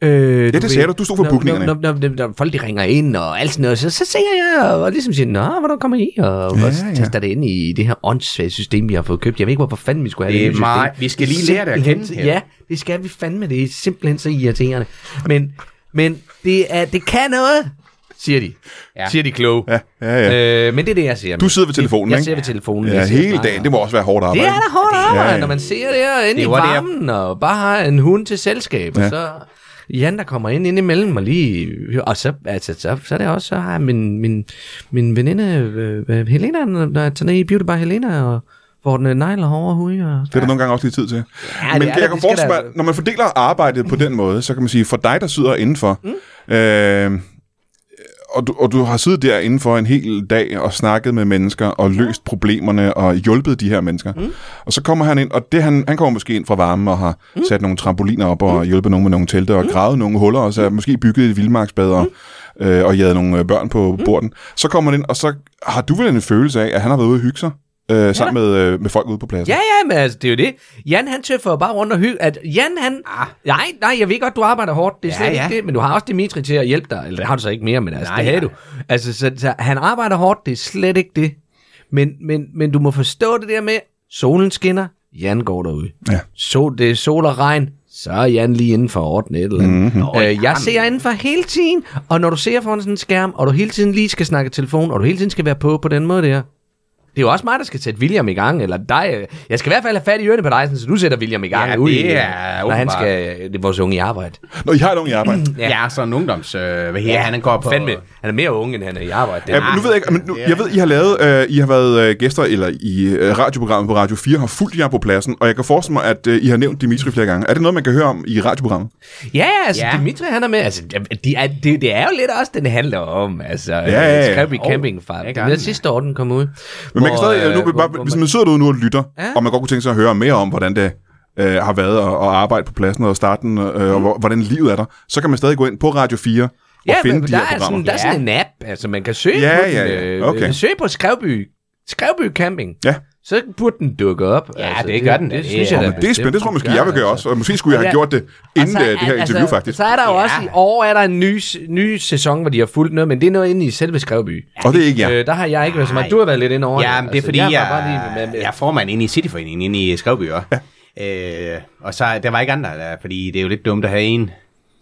S2: Øh, ja,
S1: det sagde du. Du stod for bookningerne.
S2: Når, når, når, når folk de ringer ind og alt sådan noget, så, så tænker jeg og ligesom siger, nå, hvordan kommer I? Og
S1: Ja,
S2: ja, også
S1: ja.
S2: tester det ind i det her åndssvage system, vi har fået købt. Jeg ved ikke, hvorfor fanden vi skulle have det,
S3: Det er
S2: nye
S3: meget-
S2: system.
S3: vi skal lige lære det at
S2: Simpelthen-
S3: kende her.
S2: Ja, det skal vi fandme. Det er simpelthen så irriterende. Men, men det, er, det kan noget, siger de. Ja.
S3: Ja.
S2: Siger de kloge.
S1: Ja, ja, ja.
S2: Øh, men det er det, jeg siger.
S1: Du sidder ved telefonen,
S2: jeg
S1: ikke?
S2: sidder ved telefonen.
S1: Ja,
S2: Jeg sidder
S1: hele
S2: bare-
S1: dagen. Det må også være hårdt
S2: Det
S1: arbejde.
S2: er da hårdt arbejde,
S1: Ja, ja.
S2: når man ser det her inde
S3: Det
S2: i
S3: var det, jeg-
S2: varmen, og bare har en hund til selskab, ja.
S1: Ja.
S2: og så Jan, der kommer ind indimellem og lige... Og så, altså, så, så er det også, så har jeg min, min, min veninde, øh, øh, Helena, når jeg tager ned i Beauty Bar Helena, og Hvor den øh, negler over hovedet. Og...
S1: Det er der nogle gange også lige tid til. Ja,
S2: det
S1: Men
S2: er
S1: det,
S2: der.
S1: jeg kan
S2: Det skal
S1: forestille mig,
S2: der-
S1: når man fordeler arbejdet på den måde, så kan man sige, for dig, der sidder indenfor, mm. øh, og, du, og du har siddet der indenfor en hel dag og snakket med mennesker og løst problemerne og hjulpet de her mennesker. Mm. Og så kommer han ind, og det, han, han kommer måske ind fra varmen og har mm. sat nogle trampoliner op
S2: Mm.
S1: og hjulpet nogen med nogle telte og gravet nogle huller, og så måske bygget et vildmarksbad og,
S2: Mm.
S1: øh, og jaget nogle øh, børn på borden. Så kommer han ind, og så har du vel en følelse af, at han har været ude og hygge sig øh, sammen med, øh, med folk ude på pladsen.
S2: Ja, ja, men altså, det er jo det. Jan, han tøffer jo bare rundt og hygge. At Jan, han... Ah. Nej, nej, jeg ved godt, du arbejder hårdt. Det er
S3: Ja,
S2: slet ja,
S3: ja.
S2: ikke det. Men du har også Dimitri til at hjælpe dig. Eller det har du så ikke mere, men altså,
S3: Nej,
S2: det havde
S3: nej.
S2: du. Altså, så, så, han arbejder hårdt. Det er slet ikke det. Men, men, men du må forstå det der med, solen skinner, Jan går derude.
S1: Ja.
S2: Sol, det er sol og regn, så er Jan lige inden for at ordne et eller andet.
S1: Mhm.
S2: Mm-hmm. Øh, jeg ser inden for hele tiden, og når du ser foran sådan en skærm, og du hele tiden lige skal snakke i telefon, og du hele tiden skal være på på den måde der, det er jo også mig, der skal sætte William i gang, eller dig. Jeg skal i hvert fald have fat i ørerne på dig, sådan, så du sætter William i gang.
S3: Ja,
S2: ud i- øh,
S3: det er
S2: Når han
S3: åbenbart.
S2: skal, det er vores unge i arbejde.
S1: Når I har nogen i arbejde.
S3: Ja, ja sådan en ungdoms... Øh, hvad her, ja, han går på...
S2: Fandme, han er mere unge, end han er i arbejde. Det er,
S1: Ja, nu ved jeg ikke, men nu, jeg ved, I har lavet, øh, I har været øh, gæster, eller i øh, radioprogrammet på Radio 4, har fulgt jer på pladsen, og jeg kan forestille mig, at øh, I har nævnt Dimitri flere gange. Er det noget, man kan høre om i radioprogrammet?
S2: Ja, ja, altså
S3: Ja.
S2: ja. Dimitri han er med. Altså, de er, det, det er jo lidt også, den handler om. Altså,
S1: ja, ja.
S2: Skrabby
S3: Åh,
S2: Camping fra.
S3: det
S2: Det
S3: gør
S2: var
S3: den,
S2: sidste år, den kom ud.
S1: Men man kan stadig, øh, nu, bare, hvis man sidder derude nu og lytter, ja.
S2: Ja.
S1: og man godt kunne tænke sig at høre mere om, hvordan det øh, har været at, at arbejde på pladsen og starten, øh, og hvor- hvordan livet er der, så kan man stadig gå ind på Radio 4 og
S2: Mm. ja,
S1: finde
S2: men
S1: de
S2: der,
S1: her
S2: er
S1: programmer.
S2: sådan, der er sådan en app, altså man kan søge
S1: Ja,
S2: på den,
S1: ja, ja.
S2: øh,
S1: Okay.
S2: øh, Søge på Skrabby, Skrabby Camping.
S1: Ja.
S2: Så burde den dukke op. Altså,
S3: Ja, det gør den da.
S2: Det, det,
S3: Det
S2: synes
S3: er-
S2: jeg, da altså.
S1: Det er spændende, det tror jeg måske, jeg vil gøre også, og måske skulle jeg have
S2: Ja.
S1: gjort det inden øh,
S2: Og så altså-
S1: det her
S2: er-
S1: interview, faktisk.
S2: Så er der jo
S3: Ja.
S2: også i år er der en ny, s- ny sæson, hvor de har fulgt noget, men det er noget inde i selve Skrevby.
S1: Og det er ikke jer.
S2: Øh, der har jeg ikke været så
S3: Nej.
S2: meget. Du har været lidt ind over
S3: Ja, men det er fordi, altså, jeg,
S2: jeg,
S3: jeg,
S2: var bare lige med, med.
S3: jeg er formand inde i Cityforeningen, inde i Skovby også. Ja. Øh, og så, der var ikke andre, der, fordi det er jo lidt dumt at have en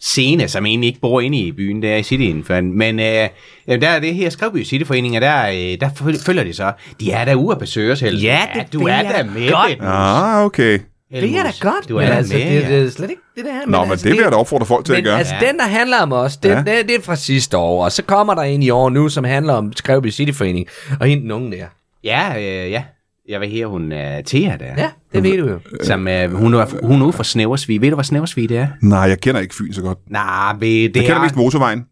S3: scene, som egentlig ikke bor inde i byen, der er i Cityen. for- Men øh, jamen, der er det her Skovby Cityforening, og der, øh, der føl- følger de så. De er der ude at besøge os, Helmut.
S2: Ja, det
S3: du
S2: ved
S3: er
S2: jeg
S3: der med
S2: godt.
S3: det.
S1: Ah, okay.
S2: Det er da godt,
S3: Du er
S2: men
S3: der
S2: altså,
S3: med,
S2: det,
S3: ja.
S2: det er slet ikke altså, det der.
S1: Nå, men, det vil jeg da opfordre folk til at
S2: men
S1: gøre.
S2: altså,
S3: Ja.
S2: den, der handler om os, den,
S1: Ja.
S2: ja. det, det er fra sidste år, og så kommer der en i år nu, som handler om Skrevby Cityforening, og hende den unge der.
S3: Ja, øh, ja. Jeg var her, hun er Thea der.
S2: Ja, det ved du jo.
S3: Som, øh, hun, er, hun er ude fra Snæversvig. Ved du, hvad Snæversvig det er?
S1: Nej, jeg kender ikke Fyn så godt.
S3: Nej, det,
S1: Jeg
S3: det
S1: kender
S3: er...
S1: mest motorvejen.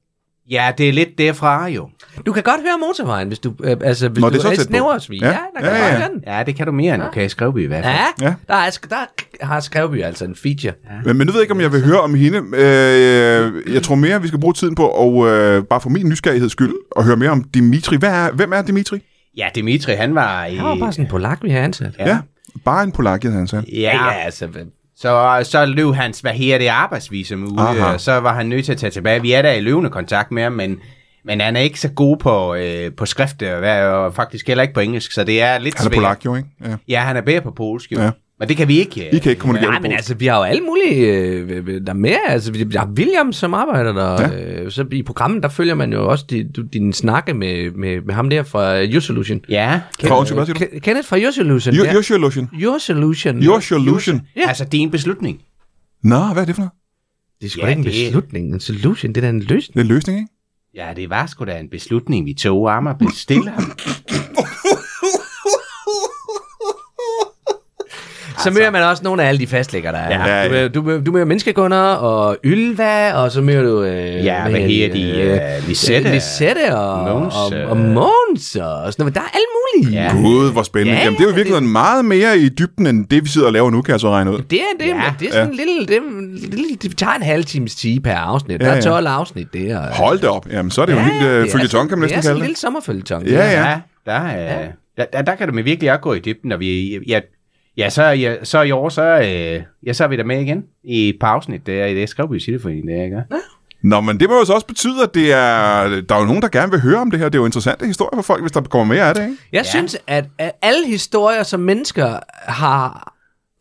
S3: Ja, det er lidt derfra jo.
S2: Du kan godt høre motorvejen, hvis du, øh, altså, hvis
S1: Nå,
S2: du
S1: det er så tæt på.
S2: snæversvig.
S1: Ja.
S2: Ja, der kan
S1: Ja,
S2: ja,
S1: ja,
S2: ja.
S1: ja.
S2: den.
S3: Ja, det kan du mere end okay i Skrevby i hvert fald.
S2: Ja,
S1: Ja.
S2: ja. Der, er, sk- der har Skrevby altså en feature. Ja.
S1: Men, men nu ved jeg ikke, om jeg vil høre om hende. Øh, jeg tror mere, vi skal bruge tiden på, og øh, bare for min nysgerrigheds skyld, at høre mere om Dimitri. Hvad er, hvem er Dimitri?
S3: Ja, Dimitri, han var i...
S2: Der var bare sådan en polak, vi har ansat.
S1: Ja. ja. Bare en polak, jeg havde ansat.
S3: Ja, ja.
S2: altså. hvem-
S3: Så, så løb hans, hvad her det arbejdsvisum ude,
S1: Aha.
S3: og øh, så var han nødt til at tage tilbage. Vi er der i løvende kontakt med ham, men, men han er ikke så god på, øh, på skrift, og, hvad- og faktisk heller ikke på engelsk, så det er lidt
S1: Han er
S3: svært.
S1: polak jo, ikke? Ja.
S3: Ja, han er bedre på polsk, jo.
S1: Ja.
S3: Ja. Men det kan vi ikke. øh,
S1: I kan ikke kommunikere
S2: Nej,
S1: med
S2: men
S1: polsk.
S2: altså, vi har jo alle mulige, øh, øh, der er mere, altså, vi- der er William, som arbejder der, ja. øh, så i programmet, der følger man jo også din, du- din snakke med, med, med ham der fra øh, Your Solution.
S3: Ja.
S1: Fra, undskyld, hvad siger du?
S2: Ke- Kenneth fra Your Solution.
S1: Your,
S2: ja.
S1: your solution.
S2: Your Solution.
S1: Your solution.
S3: Ja. Altså, din beslutning.
S1: Nå, hvad er det for noget?
S2: Det er sgu
S3: Ja,
S2: ja, ikke en
S3: det-
S2: beslutning, en solution, det er da en løsning.
S1: Det er en løsning, ikke?
S3: Ja, det var sgu da en beslutning, vi tog armer og bestilte ham.
S2: Så møder man også nogle af alle de fastlægger, der er.
S1: Ja,
S2: du, møder, du, møder, du møder menneskekunder og Ylva, og så møder du... Øh,
S3: Ja, hvad her
S1: Øh,
S3: de? Uh, Lisette.
S2: Lisette, Lisette og,
S3: Mogens,
S2: Måns, og,
S3: øh.
S2: og, Måns og sådan noget. Der er alle mulige.
S3: Ja.
S1: Gud, hvor spændende.
S2: Ja,
S1: Jamen, det er jo virkelig meget mere i dybden, end det, vi sidder og laver nu, kan jeg så regne ud.
S2: Det er det, ja.
S3: Ja.
S2: men det er sådan ja. lille, det, er en lille, det tager en halv times time per afsnit.
S1: Ja,
S2: Ja, der
S1: ja.
S2: er 12 afsnit der. og-
S1: Hold da op. Jamen, så er det jo ja, helt øh, følgetong, kan man
S2: det er
S1: næsten
S2: sådan
S1: kalde
S2: en
S1: det.
S2: lille sommerfølgetong.
S1: Ja, ja.
S3: Ja, der, er, der, der, der kan du med virkelig også gå i dybden, og vi, ja, ja, så, ja, så i år, så, øh, ja, så er vi der med igen i et par afsnit, der i det skrev vi i Cityforeningen, der, ikke?
S1: Nå, men det må jo så også betyde, at det er, der er jo nogen, der gerne vil høre om det her. Det er jo interessante historier for folk, hvis der kommer mere af det, ikke?
S2: Jeg
S3: Ja.
S2: ja. synes, at, at alle historier, som mennesker har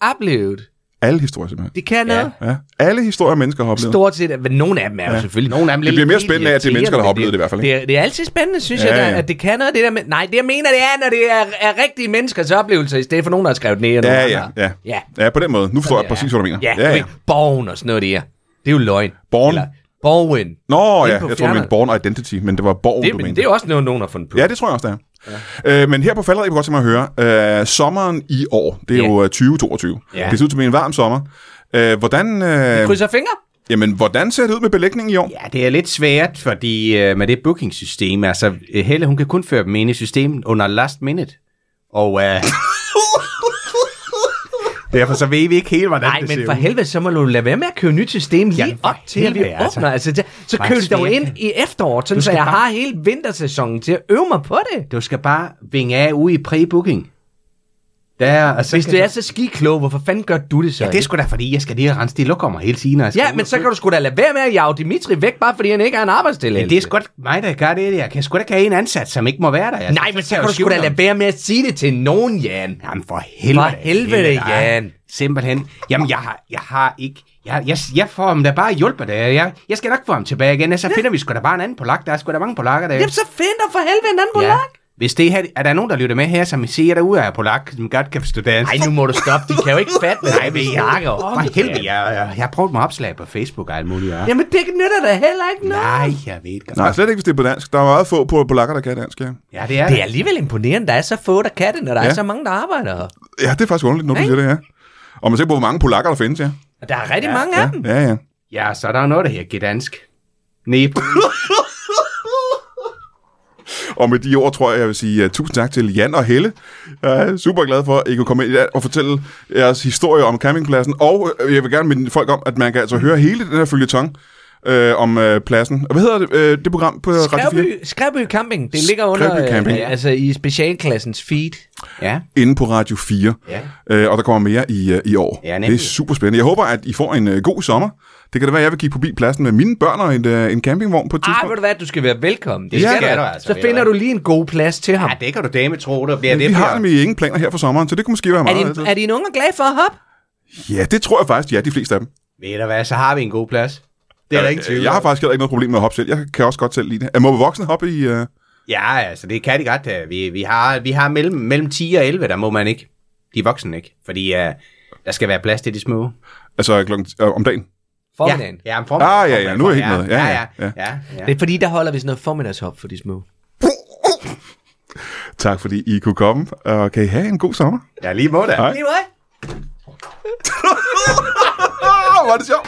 S2: oplevet,
S1: Alle historier, simpelthen.
S2: det kan
S3: Ja.
S2: noget.
S1: Ja. Alle historier, mennesker har oplevet.
S2: Stort set, men nogle af dem er jo selvfølgelig...
S3: Nogle af dem
S1: Det bliver mere spændende af, at det er
S2: irriterende,
S1: mennesker, der har
S2: men
S1: oplevet det i hvert fald. Ikke?
S2: Det er, det er altid spændende, synes
S1: Ja,
S2: ja, jeg, da,
S1: ja.
S2: at det kan noget, det der med... Nej, det jeg mener, det er, når det er, er rigtige menneskers oplevelser, i stedet for nogen, der har skrevet ned. og
S1: Ja,
S2: nogen
S1: ja,
S2: andre.
S1: ja,
S2: Ja.
S1: Ja, på den måde. Nu forstår jeg præcis, hvad du mener.
S2: Ja, ja, ja. Borgen og sådan noget, det er. Det er jo løgn.
S1: Borgen.
S2: Eller Borgen.
S1: Nå
S2: Inde
S1: ja, jeg tror, du
S2: på
S1: mente
S2: fjerneren.
S1: Born Identity, men det var Born, du
S2: Det, men
S1: mente.
S2: det er jo også noget, nogen har fundet på.
S1: Ja, det tror jeg også, det er. Ja. Øh, men her på faldet, jeg godt tænke mig at høre, øh, sommeren i år, det er
S2: Ja.
S1: yeah. jo øh, 2022.
S3: Ja.
S1: Yeah. Det ser ud til at blive en varm sommer. Øh, hvordan, øh,
S2: Krydser fingre.
S1: jamen, hvordan ser det ud med belægningen i år?
S3: Ja, det er lidt svært, fordi øh, med det bookingsystem, altså øh, Helle, hun kan kun føre dem ind i systemet under last minute. Og øh, derfor så ved vi ikke helt, hvordan
S2: Nej,
S3: det
S2: men
S3: ser
S2: for
S3: ud.
S2: helvede, så må du lade være med at købe nyt system lige
S3: Jamen,
S2: Jamen,
S3: for
S2: op til, at vi
S3: helvede,
S2: åbner.
S3: altså.
S2: Altså. Altså, det- så
S3: Bare
S2: køb det dog
S3: svært.
S2: ind i efteråret, sådan, så
S3: skal
S2: jeg
S3: bare-
S2: har hele vintersæsonen til at øve mig på det.
S3: Du skal bare vinge af ude i pre-booking. Der, og så
S2: Hvis
S3: kan
S2: du er så skiklog, hvorfor fanden gør du det så?
S3: Ja, det er sgu da, fordi jeg skal lige rense de lokummer hele tiden. når jeg skal
S2: ja
S3: ud
S2: men
S3: og
S2: så
S3: købe.
S2: kan du sgu da lade være med at jage Dimitri væk, bare fordi han ikke har en arbejdstilladelse.
S3: Men det er sgu da mig, der gør det. Jeg kan sgu da ikke have en ansat, som ikke må være der. Altså, Jeg
S2: Nej, men så kan du sgu da lade være med at sige det til nogen, Jan.
S3: Jamen for helvede.
S2: For helvede,
S3: nej.
S2: Jan.
S3: Simpelthen. Jamen jeg har, jeg har ikke... Jeg, jeg, jeg får ham da bare hjulpet der. Jeg, jeg skal nok få ham tilbage igen, og så finder vi sgu da bare en anden polak. Der er sgu da mange polakker der.
S2: Jamen, så find dig for helvede en anden polak.
S3: Hvis det her, er der nogen, der lytter med her, som siger derude af polak, som godt kan forstå dansk.
S2: Nej, nu må du stoppe. De kan jo ikke fatte, hvad
S3: Nej,
S2: vi
S3: men jeg-
S2: snakker om.
S3: For helvede, jeg, jeg, jeg har prøvet mig opslag på Facebook og alt muligt. Ja.
S2: Jamen, det nytter da heller ikke noget.
S3: Nej, jeg ved godt.
S1: Nej, slet ikke, hvis det er på dansk. Der er meget få på polakker, der kan dansk, ja.
S3: Ja, det er
S2: Det er alligevel imponerende, der er så få, der kan det, når der ja. er
S1: Ja.
S2: så mange, der arbejder her.
S1: Ja, det er faktisk underligt, når du
S2: Ikke?
S1: siger det, ja. Og man ser på, hvor mange polakker der findes, ja.
S2: Og der er rigtig ja,
S3: Ja,
S2: mange af dem.
S1: Ja, ja.
S3: Ja, så er der er noget, der her gedansk. Næb.
S1: Og med de ord tror jeg, jeg vil sige uh, tusind tak til Jan og Helle. Jeg er super glad for, at I kunne komme ind i dag og fortælle jeres historie om campingpladsen. Og øh, jeg vil gerne minde folk om, at man kan altså høre hele den her følgetong øh, om øh, pladsen. Og hvad hedder det, øh, det program på Radio 4?
S2: Skræby, Skræby Camping, det ligger under
S1: Skræby Camping.
S2: Øh, altså i specialklassens feed.
S3: Ja.
S1: Inde på Radio 4.
S3: Ja.
S1: Øh, og der kommer mere i, øh, i år.
S3: Ja,
S1: det er
S3: nemlig.
S1: super spændende. Jeg håber, at I får en øh, god sommer. Det kan da være, at jeg vil kigge forbi pladsen med mine børn og en, øh, en campingvogn på et
S2: Ej, ved
S1: tidspunkt.
S2: du hvad, du skal være velkommen. Det
S3: Ja.
S2: skal
S3: Skal
S2: du
S3: du
S2: altså,
S3: altså,
S2: Så
S3: ved
S2: finder
S3: jeg.
S2: du lige en god plads til ham.
S3: Ja, det kan du dame tro, der bliver det.
S1: Vi har
S3: bliver-
S1: nemlig ingen planer her for sommeren, så det kunne måske være
S2: Er
S1: meget.
S2: din, er din unger glad for at hoppe?
S1: Ja, det tror jeg faktisk, ja, de fleste af dem.
S3: Ved du hvad, så har vi en god plads. Det er der ingen tvivl
S1: Jeg har
S3: om.
S1: faktisk heller ikke noget problem med at hoppe selv. Jeg kan også godt selv lide det. Er må voksne hoppe i... Uh...
S3: Ja, altså det kan de godt. øh. Vi, vi har, vi har mellem, mellem 10 og 11, der må man ikke. De er voksne ikke, fordi uh, der skal være plads til de små.
S1: Altså klokken, øh, om dagen.
S2: Formiddagen.
S3: Ja, ja, om formiddagen,
S1: Ah, ja, ja,
S3: formiddagen,
S1: nu er jeg
S3: formiddagen.
S1: helt med. Ja, ja,
S3: ja, ja, ja,
S2: Det er fordi, der holder vi sådan noget formiddagshop for de små.
S1: Tak fordi I kunne komme, og kan I have en god sommer.
S3: ja. ja lige måde.
S1: Hej.
S2: Lige måde.
S1: Åh, hvor er det sjovt!